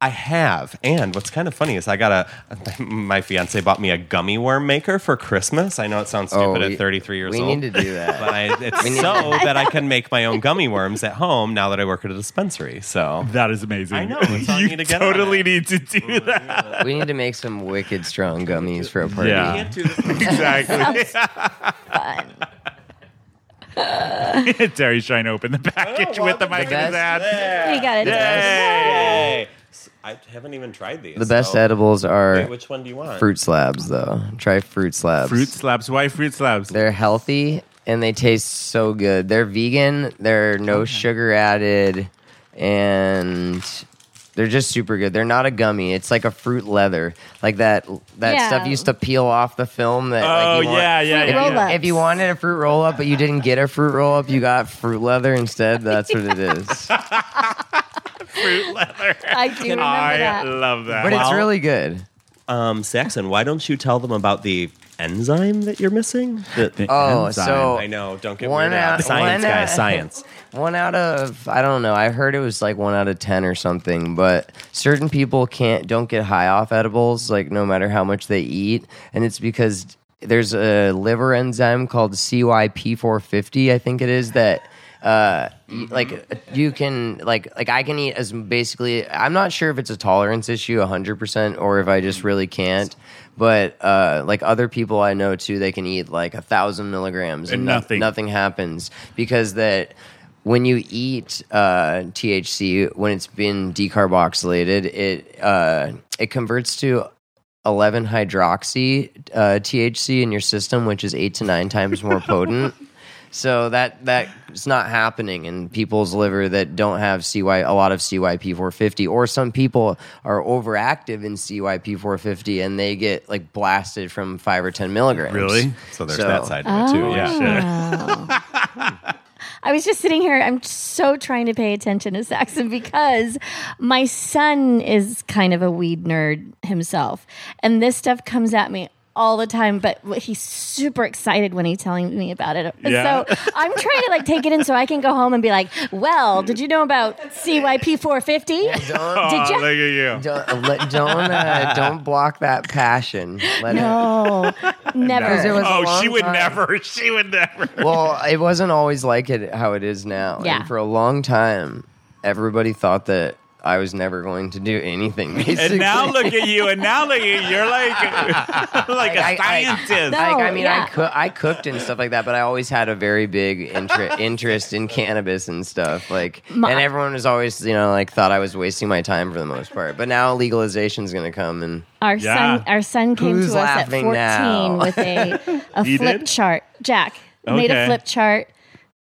I have, and what's kind of funny is I got a. My fiance bought me a gummy worm maker for Christmas. I know it sounds stupid
Oh, we-
at 33 years
we
old,
need to do that.
but I, it's so that I can make my own gummy worms at home now that I work at a dispensary. So
that is amazing.
I know, that's all I
you
need to get on
totally
it.
need to do that.
we need to make some wicked strong gummies for a party.
Yeah, exactly. Terry's trying to open the package with the mic in his
best-
hand.
We got it.
Yay! I haven't even tried these.
The best
so-
edibles
Wait,
are
which one do you want?
fruit slabs though. Try fruit slabs.
Fruit slaps. Why fruit slaps?
They're healthy and they taste so good. They're vegan. They're no sugar added, and they're just super good. They're not a gummy. It's like a fruit leather, like that that
Yeah.
stuff used to peel off the film. That
Oh
like you want-
yeah, yeah,
Fruit
yeah.
roll-up.
If you wanted a fruit roll up, but you didn't get a fruit roll up, you got fruit leather instead. That's what it is.
I do remember
I
that.
love that.
But it's
Well-
really good.
Um, Saxon, why don't you tell them about the enzyme that you're missing? The-
Oh, so
I know. Don't get
One
weird. out.
out-
Science,
one
guy.
out.
Science.
One out of I don't know. I heard it was like one out of ten or something. But certain people can't don't get high off edibles, like no matter how much they eat, and it's because there's a liver enzyme called CYP450, I think it is that. Uh, y- like you can like like I can eat as basically I'm not sure if it's a tolerance issue 100% or if I just really can't but uh like other people I know too they can eat like a thousand milligrams
And
and no-
nothing.
nothing happens because that when you eat uh, THC when it's been decarboxylated, it uh, it converts to 11 hydroxy uh, THC in your system, which is eight to nine times more potent. So that that's not happening in people's liver that don't have CY a lot of CYP450, or some people are overactive in CYP450 and they get like blasted from five or ten milligrams.
Really? Oh.
So there's
So-
that side of it too. Yeah.
Shit.
I was just sitting here. I'm so trying to pay attention to Saxon because my son is kind of a weed nerd himself, and this stuff comes at me all the time. But he's super excited when he's telling me about it.
Yeah.
So I'm trying to like take it in so I can go home and be like, "Well, did you know about CYP 450? Did
Oh, look
you?"
at you.
Don't uh, let- don't uh, don't block that passion. Let it,
No, never.
it was a
Oh, she
long
would
time.
never. She would never.
well, it wasn't always like it how it is now.
Yeah.
And for a long time, everybody thought that I was never going to do anything. Basically.
And now look at you. And now look at you. You're like, like
I- I-
a scientist.
No.
Like, I mean,
yeah.
I, coo- I cooked and stuff like that, but I always had a very big inter- interest in cannabis and stuff. Like,
My-
and everyone was always, you know, like thought I was wasting my time for the most part. But now legalization's going to come, and
Our
Yeah.
son, our son came
Who's
to us at
laughing
fourteen
now?
with a, a
He
flip
did?
chart. Jack made
Okay.
a flip chart,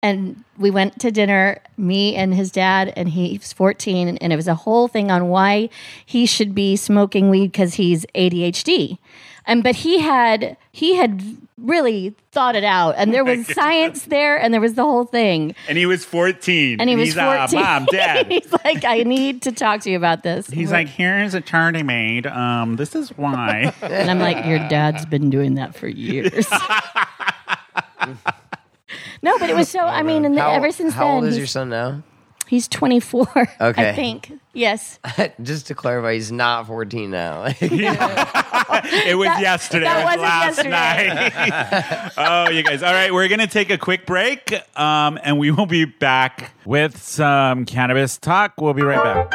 and we went to dinner. Me and his dad, and he's fourteen, and it was a whole thing on why he should be smoking weed because he's ADHD. And but he had he had really thought it out, and there was science there, and there was the whole thing.
And he was 14.
And he was
he's, uh,
fourteen.
Mom, dad.
he's like, I need to talk to you about this.
He's like, here's a chart I made. Um, this is why.
And I'm like, your dad's been doing that for years. no, but it was so. I mean, and
how,
ever since
how
then,
old is
he's,
your son now?
he's 24.
Okay.
I think yes.
Just to clarify, he's not 14 now.
It was
That-
yesterday.
that
it was
wasn't
last night. oh, you guys. All right, we're gonna take a quick break, um, and we will be back.
With some cannabis talk, we'll be right back.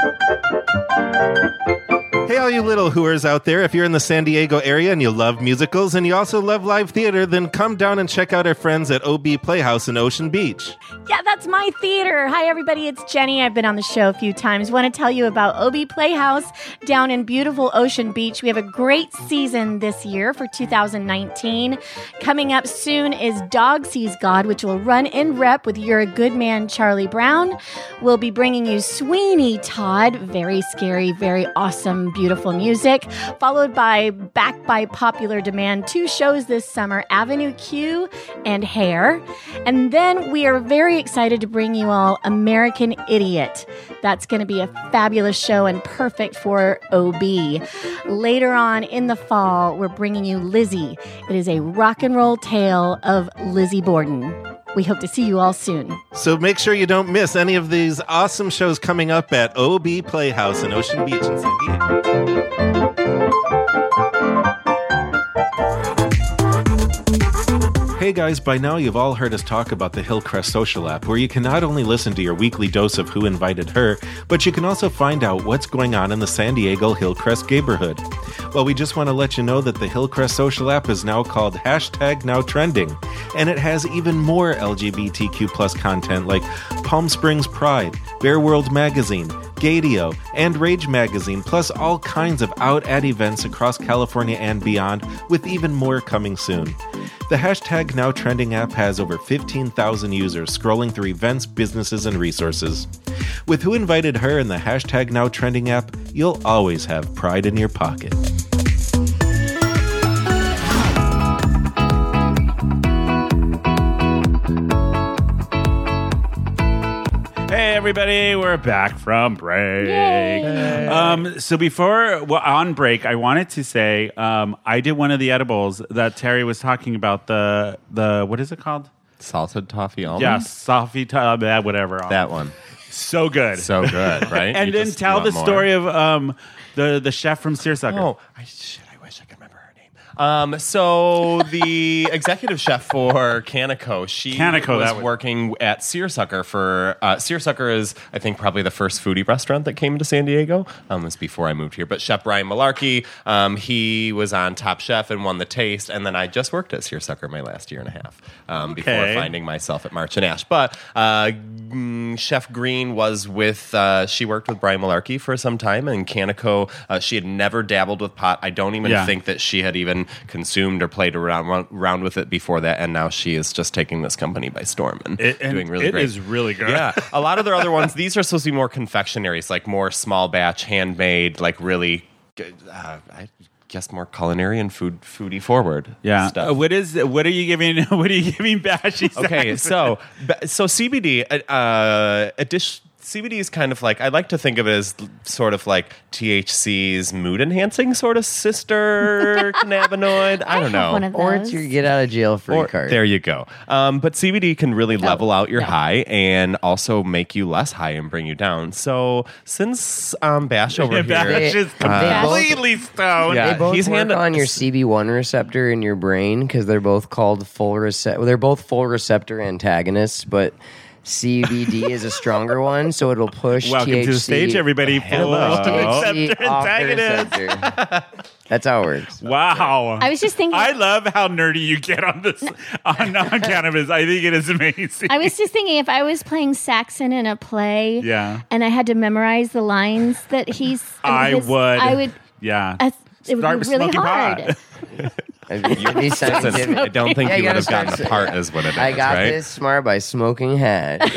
Hey, all you little hooers out there, if you're in the San Diego area and you love musicals and you also love live theater, then come down and check out our friends at OB Playhouse in Ocean Beach.
Yeah, that's my theater. Hi, everybody. It's Jenny. I've been on the show a few times. Want to tell you about Obi Playhouse down in beautiful Ocean Beach. We have a great season this year for 2019. Coming up soon is Dog Sees God, which will run in rep with You're a Good Man, Charlie Brown. We'll be bringing you Sweeney Todd, very scary, very awesome, beautiful music, followed by Back by Popular Demand, two shows this summer Avenue Q and Hair. And then we are very excited to bring you all American Idiot. That's going to be a fabulous show and perfect for OB. Later on in the fall, we're bringing you Lizzie. It is a rock and roll tale of Lizzie Borden. We hope to see you all soon.
So make sure you don't miss any of these awesome shows coming up at OB Playhouse in Ocean Beach in San Diego. Hey guys, by now you've all heard us talk about the Hillcrest Social app, where you can not only listen to your weekly dose of Who Invited Her, but you can also find out what's going on in the San Diego Hillcrest neighborhood. Well, we just want to let you know that the Hillcrest Social app is now called hashtag now trending, and it has even more LGBTQ plus content like Palm Springs Pride, Bear World Magazine, Gadio, and Rage Magazine, plus all kinds of out at events across California and beyond, with even more coming soon. The hashtag Now Trending app has over 15,000 users scrolling through events, businesses, and resources. With Who Invited Her and the hashtag Now Trending app, you'll always have pride in your pocket.
Hey, everybody, we're back from break.
Um, so before well, on break, I wanted to say um, I did one of the edibles that Terry was talking about. The the what is it called?
Salted toffee almond.
Yeah, Safi, uh, that whatever.
that one.
so good.
So good, right?
and
You
then
just
tell
want
the
more.
story of um, the the chef from Searsucker.
Oh, I, shit, I wish I could remember her name. Um, so the executive chef for Canico, she
Canico,
was
that was-
working at Searsucker for uh, Searsucker is I think probably the first foodie restaurant that came to San Diego. Um, it was before I moved here, but Chef Brian Malarkey, um, he was on Top Chef and won the Taste, and then I just worked at Searsucker my last year and a half um,
Okay.
before finding myself at March and Ash. But uh, mm, Chef Green was with uh, she worked with Brian Malarkey for some time, and Canico uh, she had never dabbled with pot. I don't even
Yeah.
think think that she had even consumed or played around, around with it before that, and now she is just taking this company by storm and,
It- and
doing really
it
great.
is really good.
Yeah, a lot of their other ones. These are supposed to be more confectionaries, like more small batch, handmade, like really. Uh, I guess more culinary and food foodie forward.
Yeah.
stuff.
Uh, what is? What are you giving? What are you giving? Bashy.
okay so ba- so cbd uh, uh addition CBD is kind of like I like to think of it as l- sort of like THC's mood enhancing sort of sister cannabinoid. I don't know.
One of those.
Or it's your get out of jail free
Or-
card.
There you go. Um, but CBD can really level out your
yeah.
high and also make you less high and bring you down. So since um, Bash over here,
Bash is
Uh,
completely stoned.
Yeah.
They both
he's
work
handed-
on your CB1 receptor in your brain because they're both called full rece- well, They're both full receptor antagonists, but CBD is a stronger one, so it'll push.
Welcome
THC
to the stage, everybody.
It'll push
Hello.
THC off the receptor. That's how it works.
Wow.
I was just thinking.
I love how nerdy you get on this on, on cannabis. I think it is amazing.
I was just thinking if I was playing Saxon in a play,
Yeah.
and I had to memorize the lines that he's,
I
his-
would.
I would,
Yeah.
I, it would
Start
be
with
really
smoking pot.
hard.
I mean, you'd be
Listen, I
scientific.
don't think
Yeah,
you
you
would
gotta
have gotten the
start-
part, is what it is.
I got
right?
this smart by smoking hash.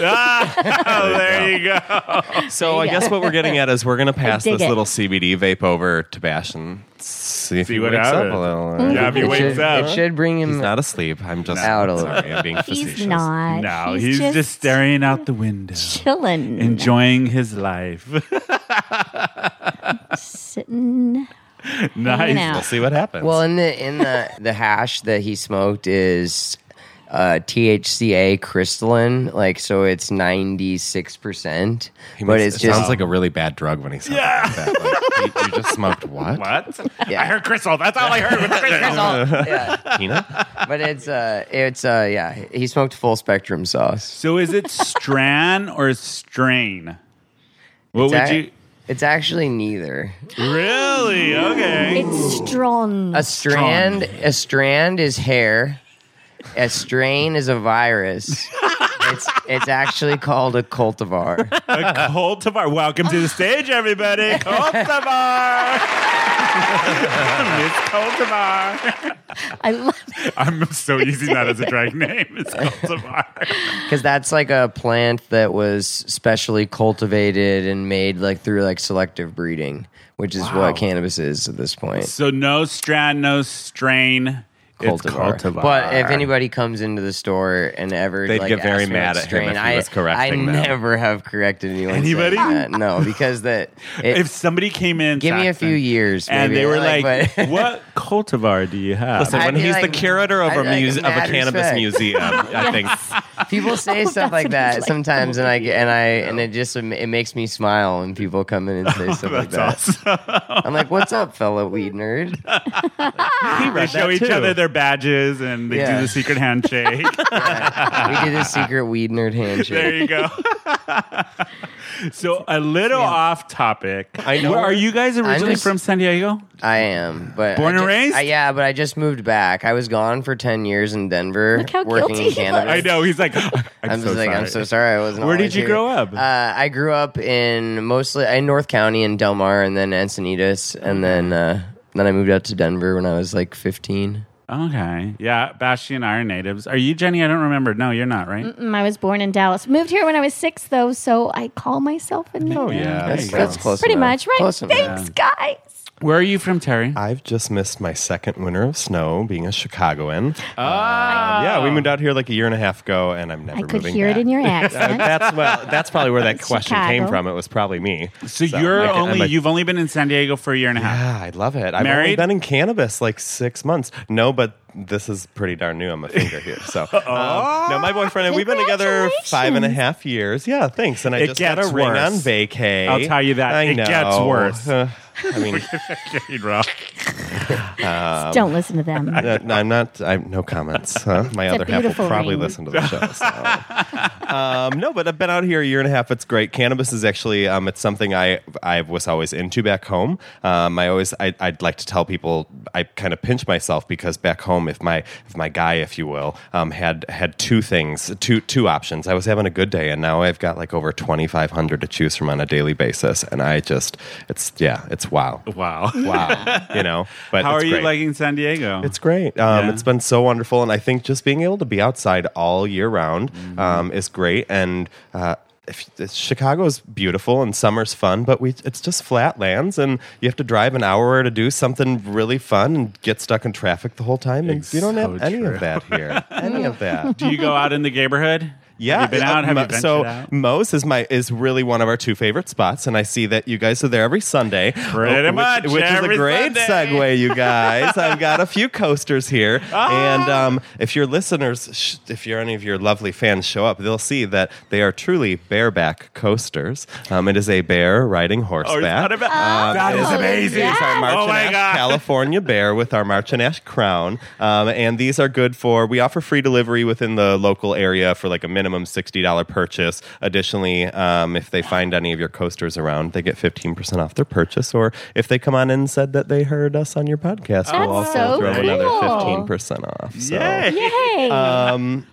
oh, there you go.
So I
you go.
guess what we're getting at is we're gonna pass
dig
this
it.
little CBD vape over to Bash and see if
See
he
what
wakes up
happens.
a little.
Yeah, if he
it,
wakes
should,
up.
it should bring
He's
him.
not asleep. I'm just
Out a little.
sorry. I'm being facetious.
He's not.
No, he's, just, staring out the window,
chilling,
enjoying his life.
sitting. Hanging
nice.
out.
We'll see what happens.
Well, in the in the the hash that he smoked is uh, THCA crystalline, like so it's ninety six percent,
He
but
makes-
it's
it
just
sounds like a really bad drug when he says yeah. like that. Like, you, you just smoked what?
What?
Yeah.
I heard crystal. That's all I heard was crystal.
yeah,
Peanut?
but it's uh it's uh yeah he smoked full spectrum sauce.
so is it stran or strain? What
It's
would
ac-
you?
It's actually neither.
Really? Okay.
It's strong.
A strand a strand is hair. A strain is a virus. it's it's actually called a cultivar.
A cultivar. Welcome to the stage, everybody. Cultivar. Miss Cultivar.
I love
I'm so using that as a drag name. It's Cultivar.
Because that's like a plant that was specially cultivated and made like through like selective breeding, which is what cannabis is at this point.
So no strand, no strain. It's
Cultivar.
cultivar.
But if anybody comes into the store and ever
They'd
like,
get very
asks me
mad at
about
him if
strain,
he was
I,
correcting
I
them.
never have corrected anyone. saying
Anybody?
that. No, because that it,
if somebody came in,
give me a
Saxon,
few years,
and
maybe,
they were like,
but-
"What cultivar do you have?"
Listen,
I'd
when
be
he's the
like-
curator of
I'd
a,
be like,
muse- of a
mad
cannabis
respect.
museum, I think
people say stuff like
what
that
he's like.
sometimes, and I and I and it just it makes me smile when people come in and say stuff like that. I'm like, "What's up, fellow weed nerd?"
they show each
too.
other their badges and they
Yeah.
do the secret handshake.
we did a secret weed nerd handshake.
there you go. so a little off topic.
I know.
Where- are you guys originally
just-
from San Diego?
I am, but
Born and
I ju-
raised?
I- yeah, but I just moved back. I was gone for ten years in Denver,
Look how
working
guilty
in
he
cannabis.
I know. He's like, "Oh, I'm,
I'm
so
just like,
sorry.
I'm so sorry. I wasn't.
Where did
always
you
here.
grow up?
Uh, I grew up in mostly in North County in Del Mar, and then Encinitas, and then uh, then I moved out to Denver when I was like 15.
Okay. Yeah. Bashi and I are natives. Are you Jenny? I don't remember. No, you're not, right?
Mm, I was born in Dallas. Moved here when I was six, though, so I call myself a nerd.
Oh, yeah.
That's, that's close.
Pretty
enough.
much, right?
Close enough.
Thanks, guys.
Where are you from, Terry?
Uh,
I've just missed my second winter of snow being a Chicagoan. Oh. yeah, we moved out here like a year and a half ago, and I'm never
I could
moving
hear
back.
it in
Um,
your accent.
that's well. That's probably where that question came
Chicago.
from. It was probably me.
So, you're
I'm a- I'm
only
a-
you've only been in San Diego for a year and a half.
Ah, I love it. I've only
Married?
been in cannabis like six months. No, but this is pretty darn new. I'm a finger here. So, um, no, my boyfriend and we've been together five and a half years. Yeah, thanks. And I
It
just got a
gets
ring on
worse.
vacay.
I'll tell you that.
I
It
know.
gets worse.
Uh, I mean,
Don't listen to them.
Uh, no, I'm not. I'm no comments. Huh? My
a
other half will
beautiful
probably
ring.
listen to the show. so. um, no, but I've been out here a year and a half. It's great. Cannabis is actually um, it's something I I was always into back home. Um, I always I, I'd like to tell people I kind of pinch myself because back home, if my if my guy, if you will, um, had had two things, two two options. I was having a good day, and now I've got like over 2,500 to choose from on a daily basis, and I just it's yeah, it's wow,
Wow.
wow, you know. But
How
it's
are you
great.
liking San Diego?
It's great. Um,
Yeah.
It's been so
Mm-hmm.
wonderful, and I think just being able to be outside all year round um, is great. And uh, if, if Chicago's beautiful and summer's fun, but we it's just flat lands, and you have to drive an hour to do something really fun and get stuck in traffic the whole time, and
It's
you don't have
so
any
true.
of that here. any of that.
Do you go out in the neighborhood?
Yeah,
Have you been out? Have
uh,
you ventured
Mo- so
out?
Moe's is my is really one of our two favorite spots, and I see that you guys are there every Sunday.
Pretty
which,
much
which is
every
a great
Sunday.
segue, you guys. I've got a few coasters here, and
Ah.
um, if your listeners, sh- if your any of your lovely fans show up, they'll see that they are truly bareback coasters. Um, it is a bear riding horseback.
Or is that Oh, about-
uh,
that is
Oh,
amazing.
yes.
It's our March
Oh
and
my
Ash
God.
California Bear with our March and Ash crown. Um, and these are good for, we offer free delivery within the local area for like a minimum $60 purchase. Additionally, um, if they find any of your coasters around, they get 15% off their purchase. Or if they come on in and said that they heard us on your podcast,
That's
we'll also
so
throw another
cool.
15% off. So.
Yay.
Yay.
Uh,
Um,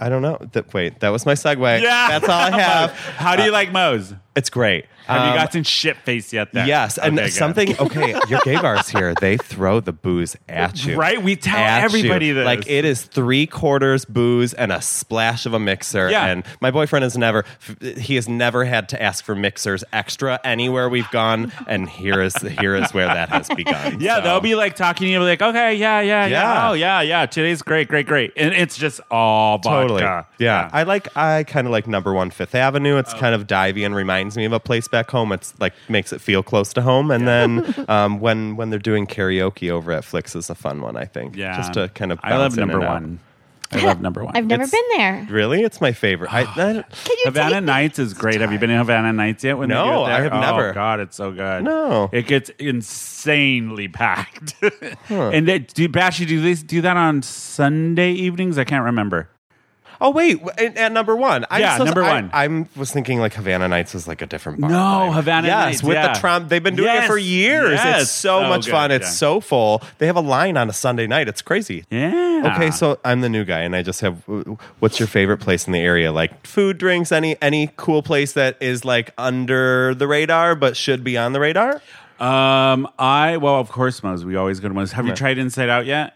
I don't know. That, wait, that was my segue.
Yeah.
That's all I have.
How do you like Moe's?
It's great.
Have
Uh, Um,
you gotten shit faced yet? Then
Yes, and
Okay, good.
something. Okay, your gay bars here, they throw the booze at you.
Right? We tell
At you.
everybody this.
Like it is three quarters booze and a splash of a mixer.
Yeah.
And my boyfriend has never. He has never had to ask for mixers extra anywhere we've gone, and here is here is where that has begun.
Yeah,
So-
they'll be like talking to you, like, okay, yeah, yeah, yeah,
Yeah.
oh yeah, yeah. Today's great, great, great, and it's just all vodka. Oh.
Totally. Yeah. I like I kind of like number one Fifth Avenue. It's kind of divey and reminds me of a place back home. It's like makes it feel close to home. And then um, when when they're doing karaoke over at Flicks is a fun one, I think.
yeah.
Just to kind of
I love
bounce in
number
and out.
one. I love number one.
I've never
it's-
been there.
Really? It's my favorite. I, that,
Havana Nights is great. Have you been in Havana Nights yet? When they
No,
do it there?
I have
oh,
never.
God, it's so good.
No.
it gets insanely packed. and they, do Bash, you do this? Do that on Sunday evenings? I can't remember.
oh wait, w- at, at number one. I'm
Yeah, number
I,
one.
I'm was thinking like Havana Nights is like a different bar.
No,
vibe.
Havana
yes,
Nights,
with
yeah.
the Trump, they've been doing it for
Yes,
years.
yes.
It's so
Oh,
much
good,
fun. It's
yeah.
so full. They have a line on a Sunday night. It's crazy.
Yeah.
Okay, so I'm the new guy, and I just have. What's your favorite place in the area? Like food, drinks, any any cool place that is like under the radar but should be on the radar?
Um, I well, of course, Moe's. We always go to Moe's. Have you tried Inside Out yet?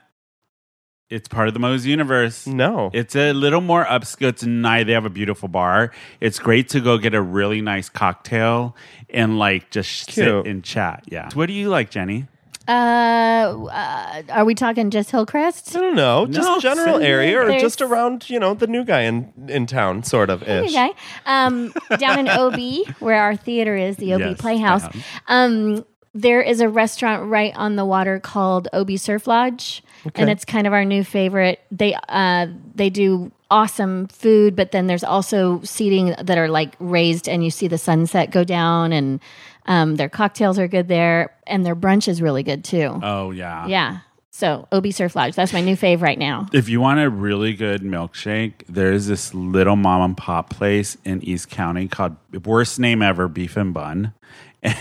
It's part of the Moe's universe.
No.
It's a little more upscale. It's nice. They have a beautiful bar. It's great to go get a really nice cocktail and like just
Cute.
sit and chat. Yeah. What do you like, Jenny?
Uh, uh, are we talking just Hillcrest?
I don't know, just
No,
general
so
area or
there's-
just around you know the new guy in in town, sort of ish.
Okay. Um, down in OB, where our theater is, the OB
Yes,
Playhouse,
Playhouse.
um, there is a restaurant right on the water called OB Surf Lodge, and it's kind of our new favorite. They uh, they do awesome food, but then there's also seating that are like raised, and you see the sunset go down, and um, their cocktails are good there, and their brunch is really good too.
Oh yeah.
Yeah. So OB Surf Lodge, that's my new fave right now.
If you want a really good milkshake, there is this little mom and pop place in East County called worst name ever, Beef and Bun.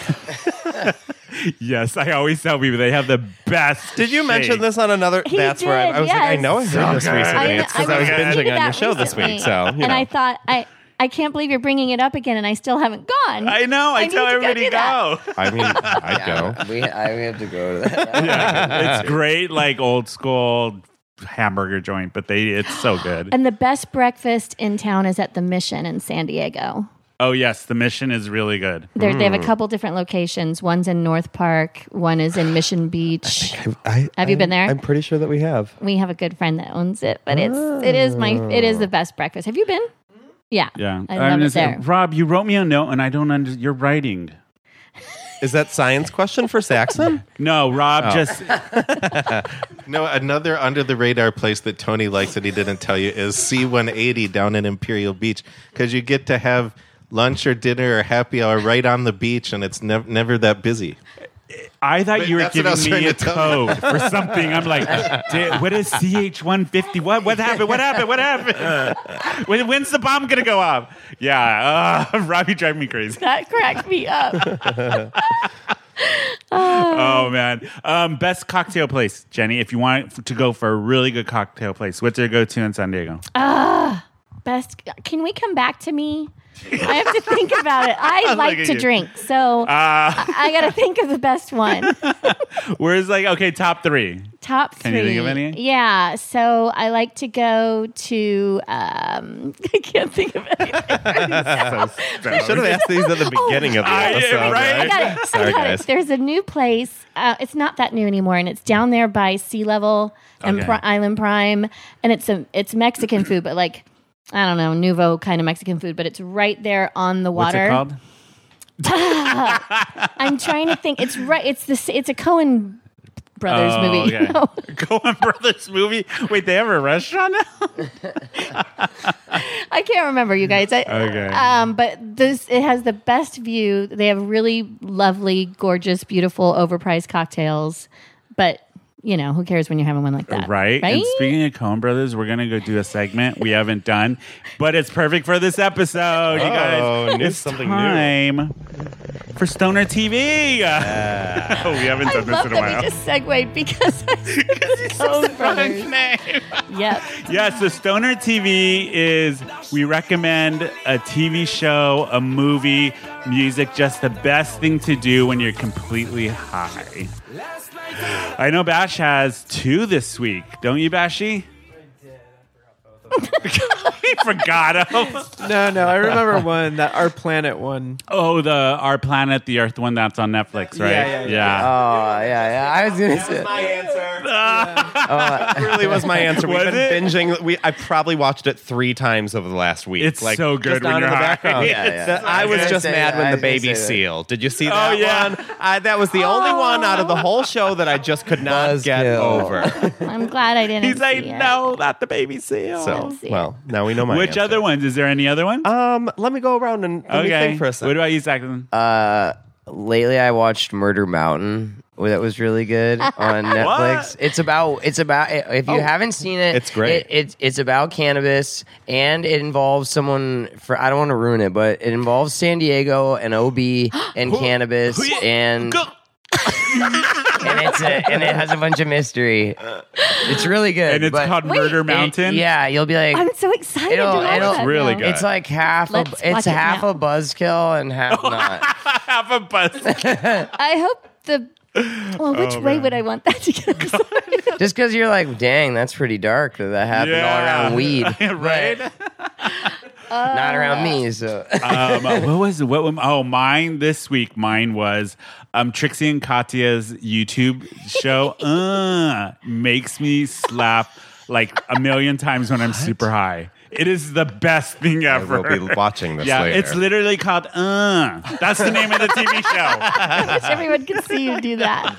yes, I always tell people they have the best.
Did you mention
shake.
this on another?
He
that's where I,
did,
I was like, I
yes.
know I heard this recently. it's because I, was
thinking
binging on your
that
show this
recently,
week, so you
and
know.
I thought I. I can't believe you're bringing it up again, and I still haven't gone.
I know. I,
need
tell
to go
everybody
do that.
go.
I mean, I'd go.
Uh, we, I, we have to go to that.
it's great, like old school hamburger joint, but they it's so good.
And the best breakfast in town is at the Mission in San Diego.
oh yes, the mission is really good.
They're, They have
Hmm.
a couple different locations. One's in North Park. One is in Mission Beach.
I,
Have you been there?
I'm pretty sure that we have.
We have a good friend that owns it, but it's it is my it is
Ah.
the best breakfast. Have you been? Yeah,
Hmm? Yeah,
I
I'm
love
gonna
it
say-
there.
Rob, you wrote me a note, and I don't under. You're writing.
Is that science question for Saxon?
No, Rob,
Oh.
just
No, another under the radar place that Tony likes that he didn't tell you is C180 down in Imperial Beach because you get to have lunch or dinner or happy hour right on the beach and it's nev- never that busy.
I thought
Wait,
you were
that's what I
giving
was trying
me a
to tell
code for something. I'm like, "Di- what is CH 150? What what happened? What happened? What happened? When, when's the bomb gonna go off? Yeah, uh, Rob, you drive me crazy.
That cracked me up.
Oh man, um, best cocktail place, Jenny. If you want to go for a really good
Uh,
cocktail place, what's your go to in San Diego?
Best. Can we come back to me? I have to think about it. I like
at
to
you. Ah.
drink, so I, I got to think of the best one.
Where's like okay, top three?
Top three.
Can you think of any?
Yeah. So I like to go to. Um, I can't think of any.
I should have asked these at the beginning of the
Oh, I-
episode.
right?
I got it.
Sorry,
I got
guys.
it. There's a new place. Uh, it's not that new anymore, and it's down there by sea level and
Okay.
Pri- Island Prime, and it's a it's Mexican food, but like I don't know, nouveau kind of Mexican food, but it's right there on the
What's
water.
it called?
I'm trying to think. It's right. It's this. It's a Cohen Brothers
Oh,
movie.
okay. Coen Brothers movie. Wait, they have a restaurant now?
I can't remember, you guys. I,
Okay.
Um, but this it has the best view. They have really lovely, gorgeous, beautiful, overpriced cocktails. But you know, who cares when you're having one like that,
Right.
Right.
And speaking of Coen Brothers, we're gonna go do a segment we haven't done, but it's perfect for this episode, you
Oh,
guys.
new-
It's
something new.
time for Stoner TV. we haven't
I
done this
love
in a
that
while.
we just segued because I Coen Brothers. Yep.
Yes, so Stoner TV is we recommend a TV show, a movie, music, just the best thing to do when you're completely high. I know Bash has two this week, don't you, Bashy? he forgot them.
No, no, I remember one that our planet one.
Oh, the Our Planet, the Earth one that's on Netflix, right?
Yeah, yeah,
Uh,
Oh yeah, yeah. I was gonna say.
My answer. It really was my answer. We've
Was
been
it?
binging. We I probably watched it three times over the last week.
It's so good
just
when
on
you're
in the
high.
background.
Yeah, Oh,
yeah.
That- I was
gonna
just
say
mad
that.
when
I
the
was gonna
baby
say that.
seal. Did you see that
yeah.
one? I, that was the only one out of the whole show that I just could not get
Oh. Buzzkill.
over.
I'm glad I didn't.
He's like,
see it.
no, not the baby seal.
So
see it.
well, now we know my.
Which
answer.
other ones? Is there any other one?
Um, let me go around and let me think for a Uh,
What
second.
about you, Saxon?
Lately, I watched Murder Mountain. Oh, that was really good on Netflix. It's about it's about if you
Oh.
haven't seen it,
It's great.
It, it's it's about cannabis and it involves someone for I don't want to ruin it, but it involves San Diego and OB and cannabis and and it's a, and it has a bunch of mystery. It's really good.
and it's
but
called
it-
Murder Mountain.
yeah, you'll be like,
I'm so excited.
It'll-
to watch
it'll-
that
Really
now.
good.
it's like half a,
Let's watch
it's
it
half
now.
a buzzkill and half not.
have a bus.
I hope the. Well, which
Oh,
way would I want that to go?
Just because you're like, dang, that's pretty dark that that happened all
Yeah.
around weed,
right?
But not around me. So
um, what was what? was- Oh, mine this week. Mine was um, Trixie and Katya's YouTube show. uh, makes me slap like a million times when I'm super high. It is the best thing ever.
We'll be watching this
yeah,
later.
it's literally called uh. That's the name of the TV
I wish everyone could see you do that.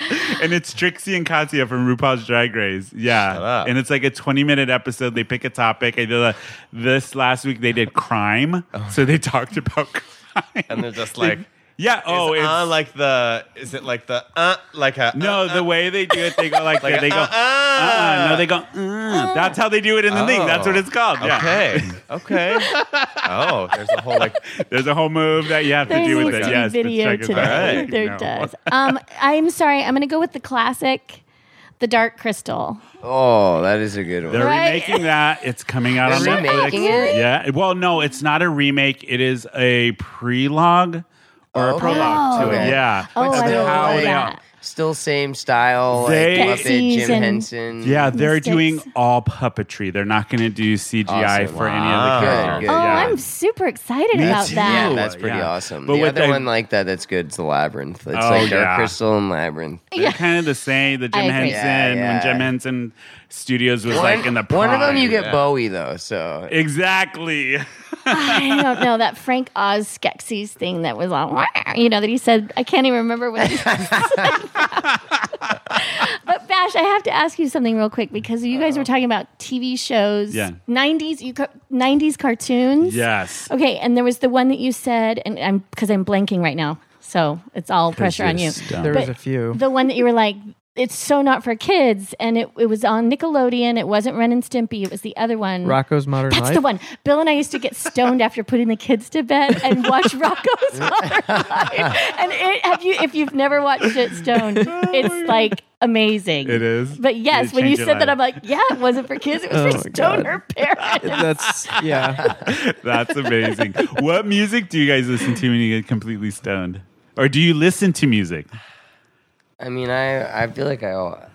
show, and it's Trixie and Katya from RuPaul's Drag Race. Yeah,
Shut up.
and it's like a 20 minute episode. They pick a topic. I did a, this last week. They did crime, so they talked about crime.
Oh. and they're just like.
Yeah.
Oh,
Oh, it's,
uh, like the is it like the uh like a
no. the way they do it, they go like,
Like
that.
a
they go.
uh,
Uh,
uh. Oh.
uh, no, they go. Uh. That's how they do it in the league. That's what it's called. Yeah.
Okay. Okay. oh, there's a whole like
There's a whole move that you have to
There
do with
needs
it.
to be
Yes.
video
it's
to
like-
that.
Alright.
There
No.
does. Um, I'm sorry. I'm going to go with the classic, the Dark Crystal.
oh, that is a good one.
They're
Right?
remaking that. It's coming out on
They're
Netflix.
remaking it?
Yeah. Well, no, it's not a remake. It is a prelogue or a
Okay.
prologue to
Okay.
it. Yeah.
Oh,
Of
I
still,
how
like,
they are-
that.
Still same style,
They-
like Muppet, Jim
Season.
Henson.
Yeah, they're
Mistakes.
doing all puppetry. They're not going to do CGI
Awesome.
for any of the
Wow.
characters.
Good,
Oh,
Yeah.
I'm super excited
Me
about
too.
yeah,
that.
that's pretty
Yeah.
awesome.
But
the
with
other
that-
one like that that's good is the Labyrinth. It's
Oh,
like Dark
yeah.
Crystal and Labyrinth.
They're kind of the same. The
I
Jim
agree.
Henson
Yeah, yeah.
when Jim Henson Studios was like in the prime.
one of them you get
Yeah.
Bowie though, so
Exactly.
I don't know that Frank Oz Skeksis thing that was on. You know that he said. I can't even remember what. He said. but Bash, I have to ask you something real quick because you guys were talking about TV shows.
Yeah.
Nineties, you ca- nineties cartoons.
Yes.
Okay, and there was the one that you said, and I'm because I'm blanking right now, so it's all pressure on
you're
you.
stoned.
There was
But
a few.
The one that you were like, it's so not for kids, and it, it was on Nickelodeon. It wasn't Ren and Stimpy. It was the other one.
Rocco's Modern
That's
Life.
the one. Bill and I used to get stoned after putting the kids to bed and watch Rocco's Modern Life. And it, have you, if you've never watched it stoned, it's like amazing.
Oh It is?
But yes,
It
when you
changed your
said that,
life.
I'm like, yeah, it wasn't for kids. It was
Oh
for
my God.
stoner parents.
That's yeah.
That's amazing. what music do you guys listen to when you get completely stoned? Or do you listen to music?
I mean, I I feel like I al-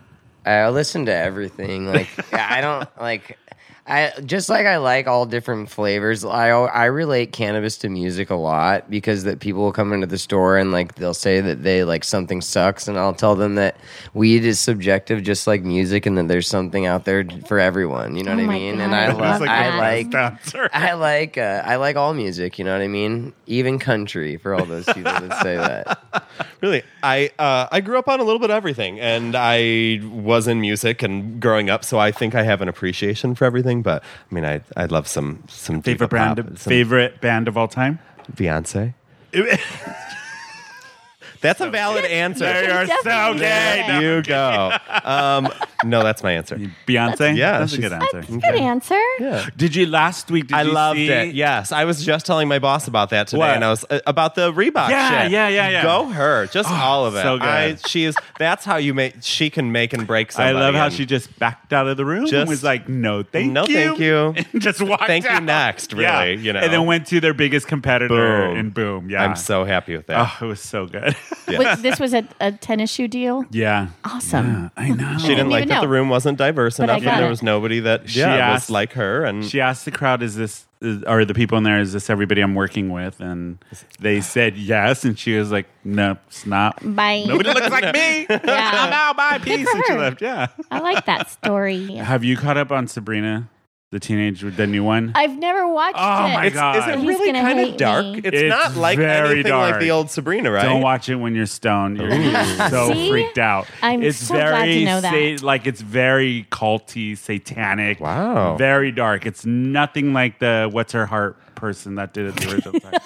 I listen to everything. Like I don't like I just like I like all different flavors. I al- I relate cannabis to music a lot because that people will come into the store and like they'll say that they like something sucks, and I'll tell them that weed is subjective, just like music, and that there's something out there for everyone. You know
Oh
what I
my
mean?
God,
And I
I
love
love
I
that.
like
Bouncer.
I like uh, I like all music. You know what I mean? Even country for all those people that say that.
Really, I uh, I grew up on a little bit of everything, and I was in music and growing up, so I think I have an appreciation for everything. But I mean, I I love some some diva
Favorite band,
pop, some
favorite band of all time?
Beyonce. That's a valid answer.
They are so
Definitely.
gay. No,
you go. Um, no, that's my answer.
Beyonce?
Yeah,
That's a
she's-
good answer.
Good answer.
Did you last week? Did
I
you
loved
see-
it. Yes, I was just telling my boss about that today,
What?
and I was uh, about the Reebok.
Yeah,
shit.
yeah, yeah, yeah.
Go her, just all of it.
so good.
I, she is. That's how you make. She can make and break.
I
Somebody
love how
and
she just backed out of the room
Just-
and was like, "No, thank
No,
you,
thank you.
and just walked.
Thank you
out.
next, really, you know.
and then went to their biggest competitor,
Boom.
and boom, yeah,
I'm so happy with that.
Oh, it was so good.
Wait, this was a, a tennis shoe deal.
yeah,
Awesome.
I know.
she didn't
didn't
like
even
that the
know.
room wasn't diverse
But I
enough,
got
and there
it.
was nobody that yeah
asked-
was like her. And
She asked the crowd, "Is this is, are the people in there? Is this everybody I'm working with?" And they said yes, and she was like, "No, it's not.
Bye.
Nobody looks like me. I'm out. Bye, peace."
for
And she
her.
left. Yeah.
I like that story.
Have you caught up on Sabrina, the teenage, the new one?
I've never watched
Oh
it.
my
it's,
God.
is it
He's
really
gonna
kind
hate
of
me.
dark? It's,
It's
not like
very
anything like
dark.
the old Sabrina, right?
Don't watch it when you're stoned. You're gonna be so
See?
freaked out.
I'm
it's
so
very
glad to know that.
sa- like it's very culty, satanic.
Wow.
Very dark. It's nothing like the what's her heart person that did it the original time.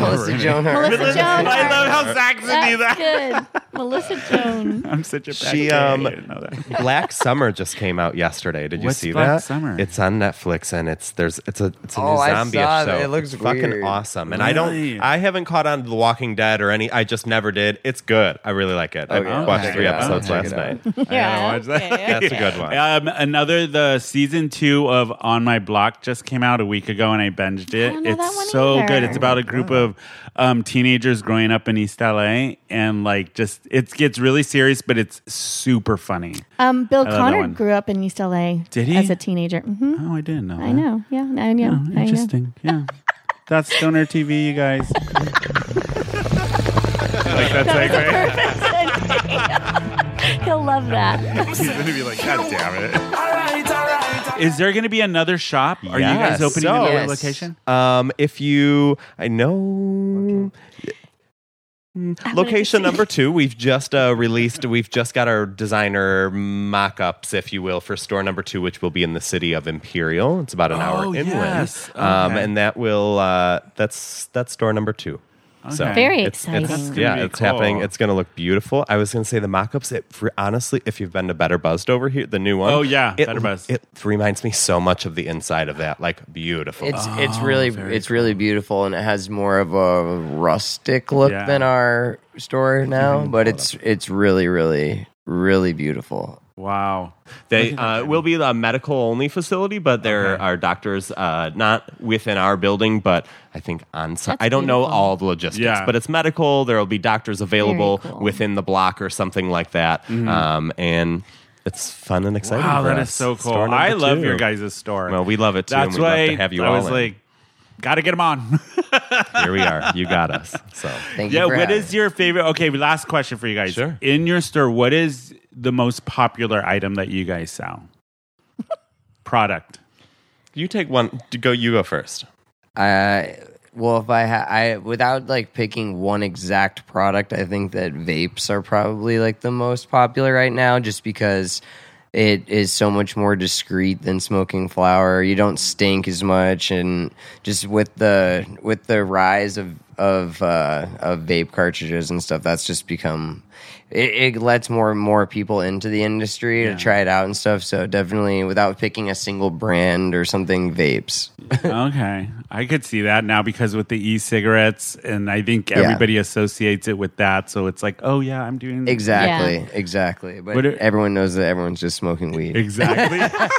Melissa Joan Hart.
Melissa Joan.
I love how Saxon do
That's
that.
good. Melissa Joan.
I'm such a bad
She,
she,
um,
I didn't know that.
Black Summer just came out yesterday. Did you
What's
see
Black
that?
Summer?
It's on Netflix and it's there's it's a it's a
Oh,
new
I
zombie
saw that.
show.
It looks
It's fucking
weird.
awesome. And I
Really?
don't I haven't caught on to The Walking Dead or any I just never did. It's good. I really like it. I
Okay, I'll
watched
check
three
it out.
episodes
I'll
last
check it
night.
out.
Yeah.
watch that.
okay.
That's a good one.
Um, another the season two of On My Block just came out a week ago, and I binged it.
don't know
it's
that one
so
either.
good. It's about a group of um, teenagers growing up in East LA, and like just it gets really serious, but it's super funny.
Um, Bill
that
Connor
one.
grew up in East LA.
Did he?
As a teenager. hmm
Oh, I didn't know. Oh,
I know. Yeah, I know. I know.
interesting. Yeah. That's Stoner TV, you guys. like that segue?
He'll love that.
He's gonna be like, God damn it! Is there gonna be another shop? Are you
Yes.
guys opening
So-
another
Yes.
location?
Um, if you, I know. Mm, Location number two. We've just uh, released. We've just got our designer mock-ups, if you will, for store number two, which will be in the city of Imperial. It's about an hour
Oh,
inland,
yes.
um,
Okay.
and that will. Uh, that's that's store number two. So
Okay. Very
it's- it's-
exciting. That's
yeah,
gonna be
it's happening.
cool.
It's going to look beautiful. I was going to say the mock-ups. It for, honestly, if you've been to Better Buzzed over here, the new one.
Oh, yeah,
it,
Better Buzzed.
It reminds me so much of the inside of that, like beautiful.
It's it's really it's really beautiful and it has more of a rustic look
Yeah.
than our store now, but it's it's really really really beautiful.
Wow.
They uh, will be a medical only facility, but there are doctors uh, not within our building, but I think on site. I don't know
beautiful.
all the logistics,
Yeah.
but it's medical. There will be doctors available
cool.
within the block or something like that. Um, and it's fun and exciting.
Mm-hmm. Wow,
for
that
us.
is so cool.
Store number
I love
two.
your guys' store.
Well, we love it too.
That's
and we'd love
why
to have you
I
all
was
in.
like, gotta get them on.
Here we are. You got us. So
Thank
yeah,
you. for
what
having
is your favorite? Okay, last question for you guys.
Sure.
In your store, what is the most popular item that you guys sell? Product.
you take one. Go. You go first.
I Uh, well, if I ha- I without like picking one exact product, I think that vapes are probably like the most popular right now, just because it is so much more discreet than smoking flower. You don't stink as much, and just with the with the rise of of uh, of vape cartridges and stuff. That's just become it, it lets more and more people into the industry to try it out and stuff. So definitely, without picking a single brand or something, vapes.
okay. I could see that now because with the e cigarettes, and I think everybody associates it with that. So it's like, oh, yeah, I'm doing
Exactly, exactly. But
But it-
everyone knows that everyone's just smoking weed.
Exactly.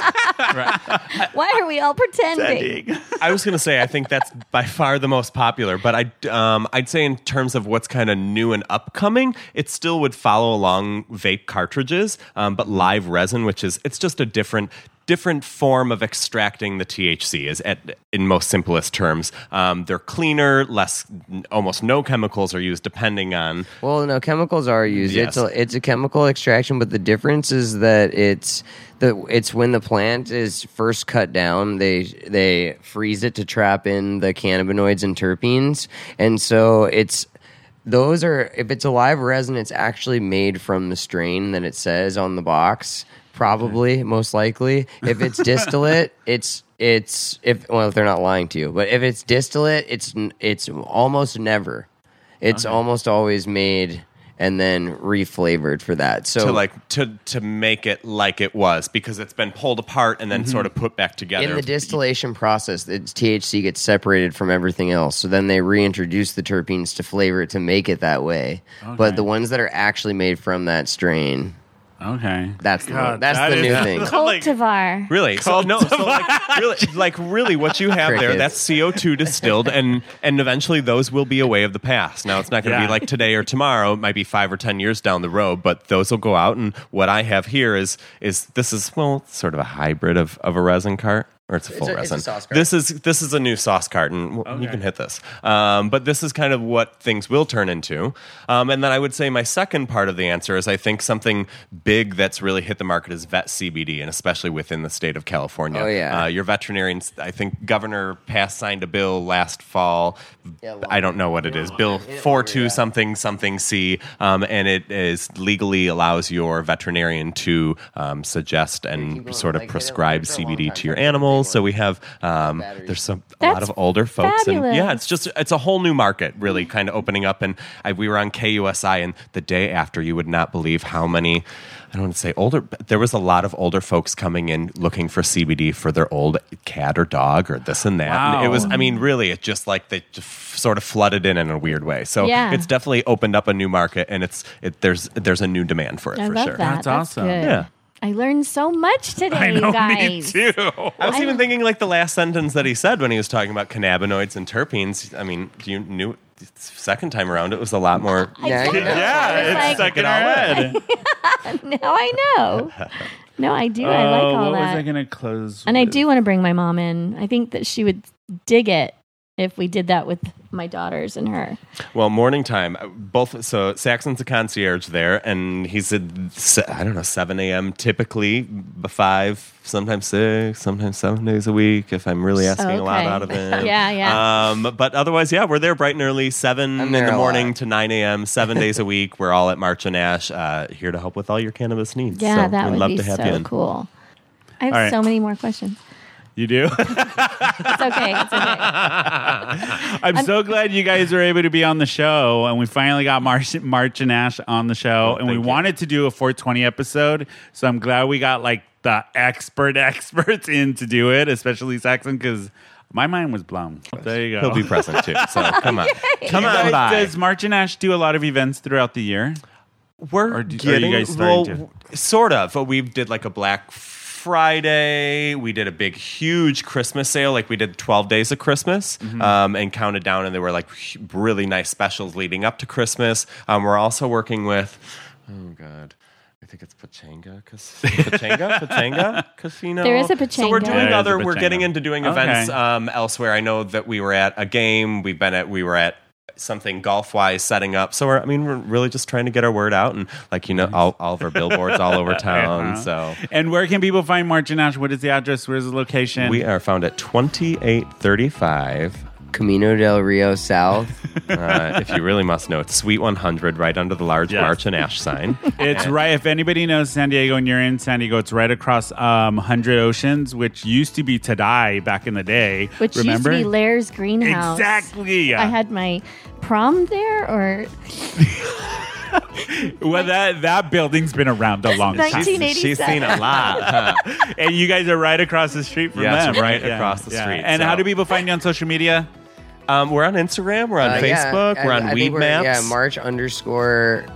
Why are we all pretending?
I was going to say I think that's by far the most popular, but I um, I'd say in terms of what's kind of new and upcoming, it still would follow along vape cartridges, um, but live resin, which is it's just a different different form of extracting the THC is at in most simplest terms. Um, they're cleaner, less almost no chemicals are used depending on
Well, no, chemicals are used. It's
Yes.
a, it's a chemical extraction, but the difference is that it's the it's when the plant is first cut down, they they freeze it to trap in the cannabinoids and terpenes, and so it's those are if it's a live resin, it's actually made from the strain that it says on the box. Probably, most likely, if it's distillate, it's it's if well, if they're not lying to you, but if it's distillate, it's n- it's almost never it's almost always made and then reflavored for that. So
to like to to make it like it was because it's been pulled apart and then sort of put back together.
Mm-hmm. in the distillation process, it's THC gets separated from everything else. So then they reintroduce the terpenes to flavor it to make it that way. But the ones that are actually made from that strain,
okay.
that's the one-
God,
that's
that
the
is-
new thing.
Like-
Cultivar.
Really? So, no, so like really, like really what you have there,
Crickets.
that's CO2 distilled and and eventually those will be a way of the past. Now it's not going to
Yeah.
be like today or tomorrow, it might be 5 or 10 years down the road, but those will go out and what I have here is is this is well sort of a hybrid of of a resin cart. Or it's a full
a- it's a
resin.
sauce cart.
This is this is a new sauce carton. You can hit this, um, but this is kind of what things will turn into. Um, and then I would say my second part of the answer is I think something big that's really hit the market is vet CBD, and especially within the state of California.
Oh, yeah.
uh, your veterinarians. I think Governor Pass signed a bill last fall.
Yeah, long-
I don't know what it is. Bill four two something something C, um, and it is legally allows your veterinarian to um, suggest and
going.
sort of
Like, they don't-
prescribe
they're for a long
CBD
time,
to your
but they
animals.
work.
So we have um, there's some a lot
That's
of older folks,
fabulous. Mm-hmm.
and yeah, it's just it's a whole new market, really, kind of opening up. And I, we were on KUSI, and the day after, you would not believe how many. I don't want to say older, but there was a lot of older folks coming in looking for CBD for their old cat or dog or this and that. And it
Wow.
was, I mean, really, it just like they just sort of flooded in in a weird way. So
Yeah.
it's definitely opened up a new market, and it's it, there's there's a new demand for it
I
for
love
sure.
that. That's,
That's awesome.
Good.
Yeah.
I learned so much today,
I know,
you guys.
me too.
I was even thinking like the last sentence that he said when he was talking about cannabinoids and terpenes. I mean, you knew second time around it was a lot more.
Yeah,
I
you
know.
Yeah,
It's
it's
like-
stuck in our head.
Now I know. No, I do. I like all
Uh, Oh, what was
that.
I going to close?
and I
with?
do want to bring my mom in. I think that she would dig it if we did that with my daughters and her.
Well, morning time, both. So Saxon's a concierge there, and he's at se- I don't know seven a.m. typically, b- five, sometimes six, sometimes seven days a week if I'm really asking a lot
Okay.
out of him.
Yeah, yeah.
Um, but otherwise, yeah, we're there bright and early, seven
I'm
in
there
the
a
morning
lot.
to nine a.m. seven days a week. We're all at March and Ash uh, here to help with all your cannabis needs.
Yeah,
so
that
we'd
would
love
be
to have you
so
in.
cool. I have
All right.
so many more questions.
You do?
It's okay. It's okay.
I'm so glad you guys were able to be on the show, and we finally got March, March and Ash on the
Oh,
show, and we wanted to do a 420 episode, so I'm glad we got like the expert experts in to do it, especially Saxon, because my mind was blown. There you go.
He'll be present too. So come on, come
You
on
guys-
by.
Does March and Ash do a lot of events throughout the year?
We're
Or do- are you
getting
guys starting
well,
to?
w- sort of. But we did like a Black Friday. We did a big, huge Christmas sale. Like we did twelve days of Christmas,
Mm-hmm.
um, and counted down, and there were like h- really nice specials leading up to Christmas. Um, we're also working with. Oh God. I think it's Pachanga, Cas- Pachanga, Pachanga Casino.
There is a
So
Pachanga.
we're doing
There
is a
other. We're
Pachanga.
getting into doing
Okay.
events um, elsewhere. I know that we were at a game. We've been at we were at something golf wise setting up. So we're, I mean, we're really just trying to get our word out and like you know all, all of our billboards all over town.
Uh-huh.
So
And where can people find March and Ash? What is the address? Where's the location?
we are found at twenty eight thirty five.
Camino del Rio South,
uh, if you really must know, it's Suite 100 right under the large
Yes.
March and Ash sign.
It's right. If anybody knows San Diego and you're in San Diego, it's right across um, Hundred Oceans, which used to be Tadai back in the day.
Which
Remember?
used to be Lair's greenhouse.
exactly.
I had my prom there, or
well, that that building's been around a long time,
She's, she's seen a lot. huh?
and you guys are right across the street from
Yes,
them,
right
Yeah,
across the street,
And
so-
how do people find you on social media?
Um, we're on Instagram, we're on
Uh, yeah,
Facebook, we're
I-
on
I think
Weed
we're-
Maps.
Yeah, March underscore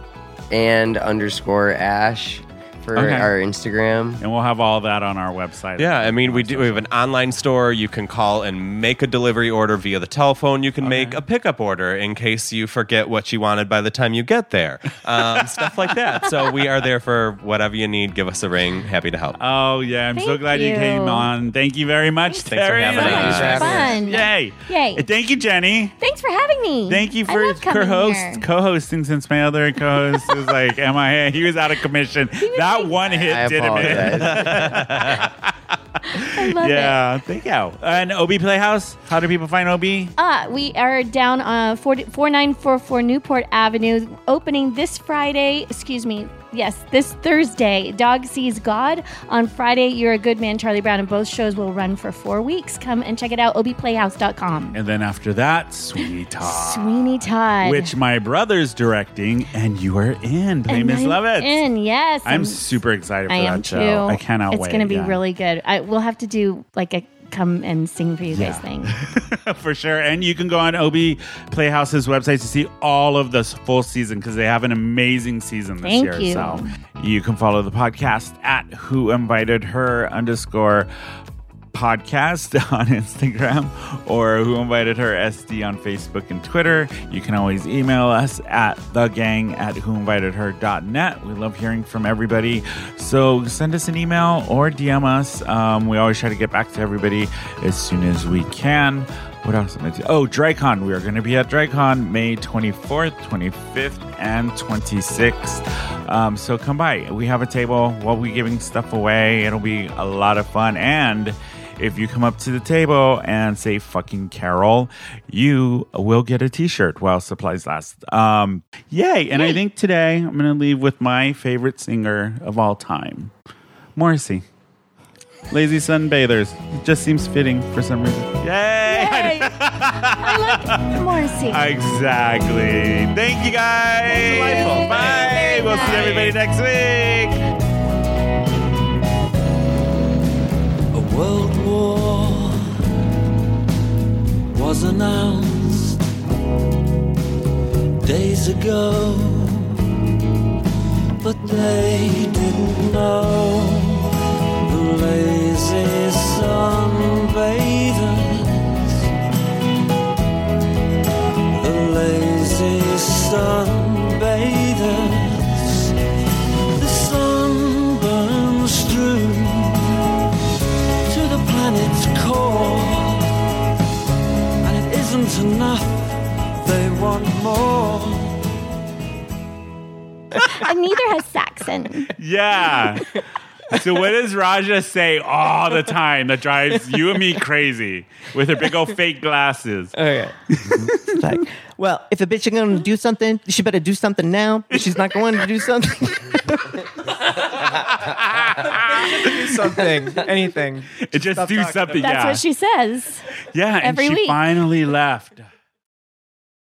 and underscore Ash for
Okay.
our Instagram.
And we'll have all that on our website.
Yeah, I mean, we do. We have an online store. You can call and make a delivery order via the telephone. You can make a pickup order in case you forget what you wanted by the time you get there. Um, stuff like that. So we are there for whatever you need. Give us a ring. Happy to help.
Oh yeah, I'm so
Thank
glad you.
you.
came on. Thank you very much,
Thanks for
Terry.
having
so
Thank
much
you for
fun.
Yay!
Yay.
And Thank you, Jenny.
Thanks for having me.
Thank you
I
for
love coming here.
co-host co-hosting since my other co-host was like MIA. He was out of commission. That one hit
I
did him in.
apologize.
I love it.
Yeah, thank you. And OB Playhouse. How do people find OB?
Uh, we are down on 40 4944 Newport Avenue, opening this Friday. Excuse me. Yes, this Thursday. Dog Sees God. On Friday, You're a Good Man, Charlie Brown, and both shows will run for four weeks. Come and check it out, obplayhouse.com.
And then after that, Sweeney Todd,
Sweeney Todd.
which my brother's directing, and you are in. Play
And
Miss
I'm
Lovett.
In, yes.
I'm super excited for
I
that
am
show.
too.
I cannot
it's
wait.
It's going to be
Yeah.
really good. I, we'll have to do like a come and sing for you
Yeah.
guys thing.
for sure. And you can go on OB Playhouse's website to see all of this full season because they have an amazing season this
Thank
year.
you.
So you can follow the podcast at Who Invited Her underscore podcast on Instagram or Who Invited Her SD on Facebook and Twitter. You can always email us at the gang at whoinvitedher.net. We love hearing from everybody. So send us an email or DM us. Um, we always try to get back to everybody as soon as we can. What else am I doing? Oh, DryCon. We are going to be at DryCon May 24th, 25th, and 26th. Um, so come by. We have a table. We'll be giving stuff away. It'll be a lot of fun. And if you come up to the table and say fucking Carol, you will get a t shirt while supplies last. Um, yay. And I think today I'm going to leave with my favorite singer of all time, Morrissey. Lazy Sunbathers. It just seems fitting for some reason. Yay!
Yay. I love Morrissey.
Exactly. Thank you guys.
Delightful.
Bye. We'll see everybody next week.
a world war was announced days ago, but they didn't know the lazy sunbathers, the lazy sunbathers, the sun burns through to the planet's core. And it isn't enough, they want more.
and neither has Saxon.
Yeah. So what does Raja say all the time that drives you and me crazy with her big old fake glasses?
Okay. It's like, well, if a bitch is going to do something, she better do something now. If she's not going to do something,
something, anything.
Just do something.
That's
yeah.
what she says.
yeah. And
every
she
week.
finally left.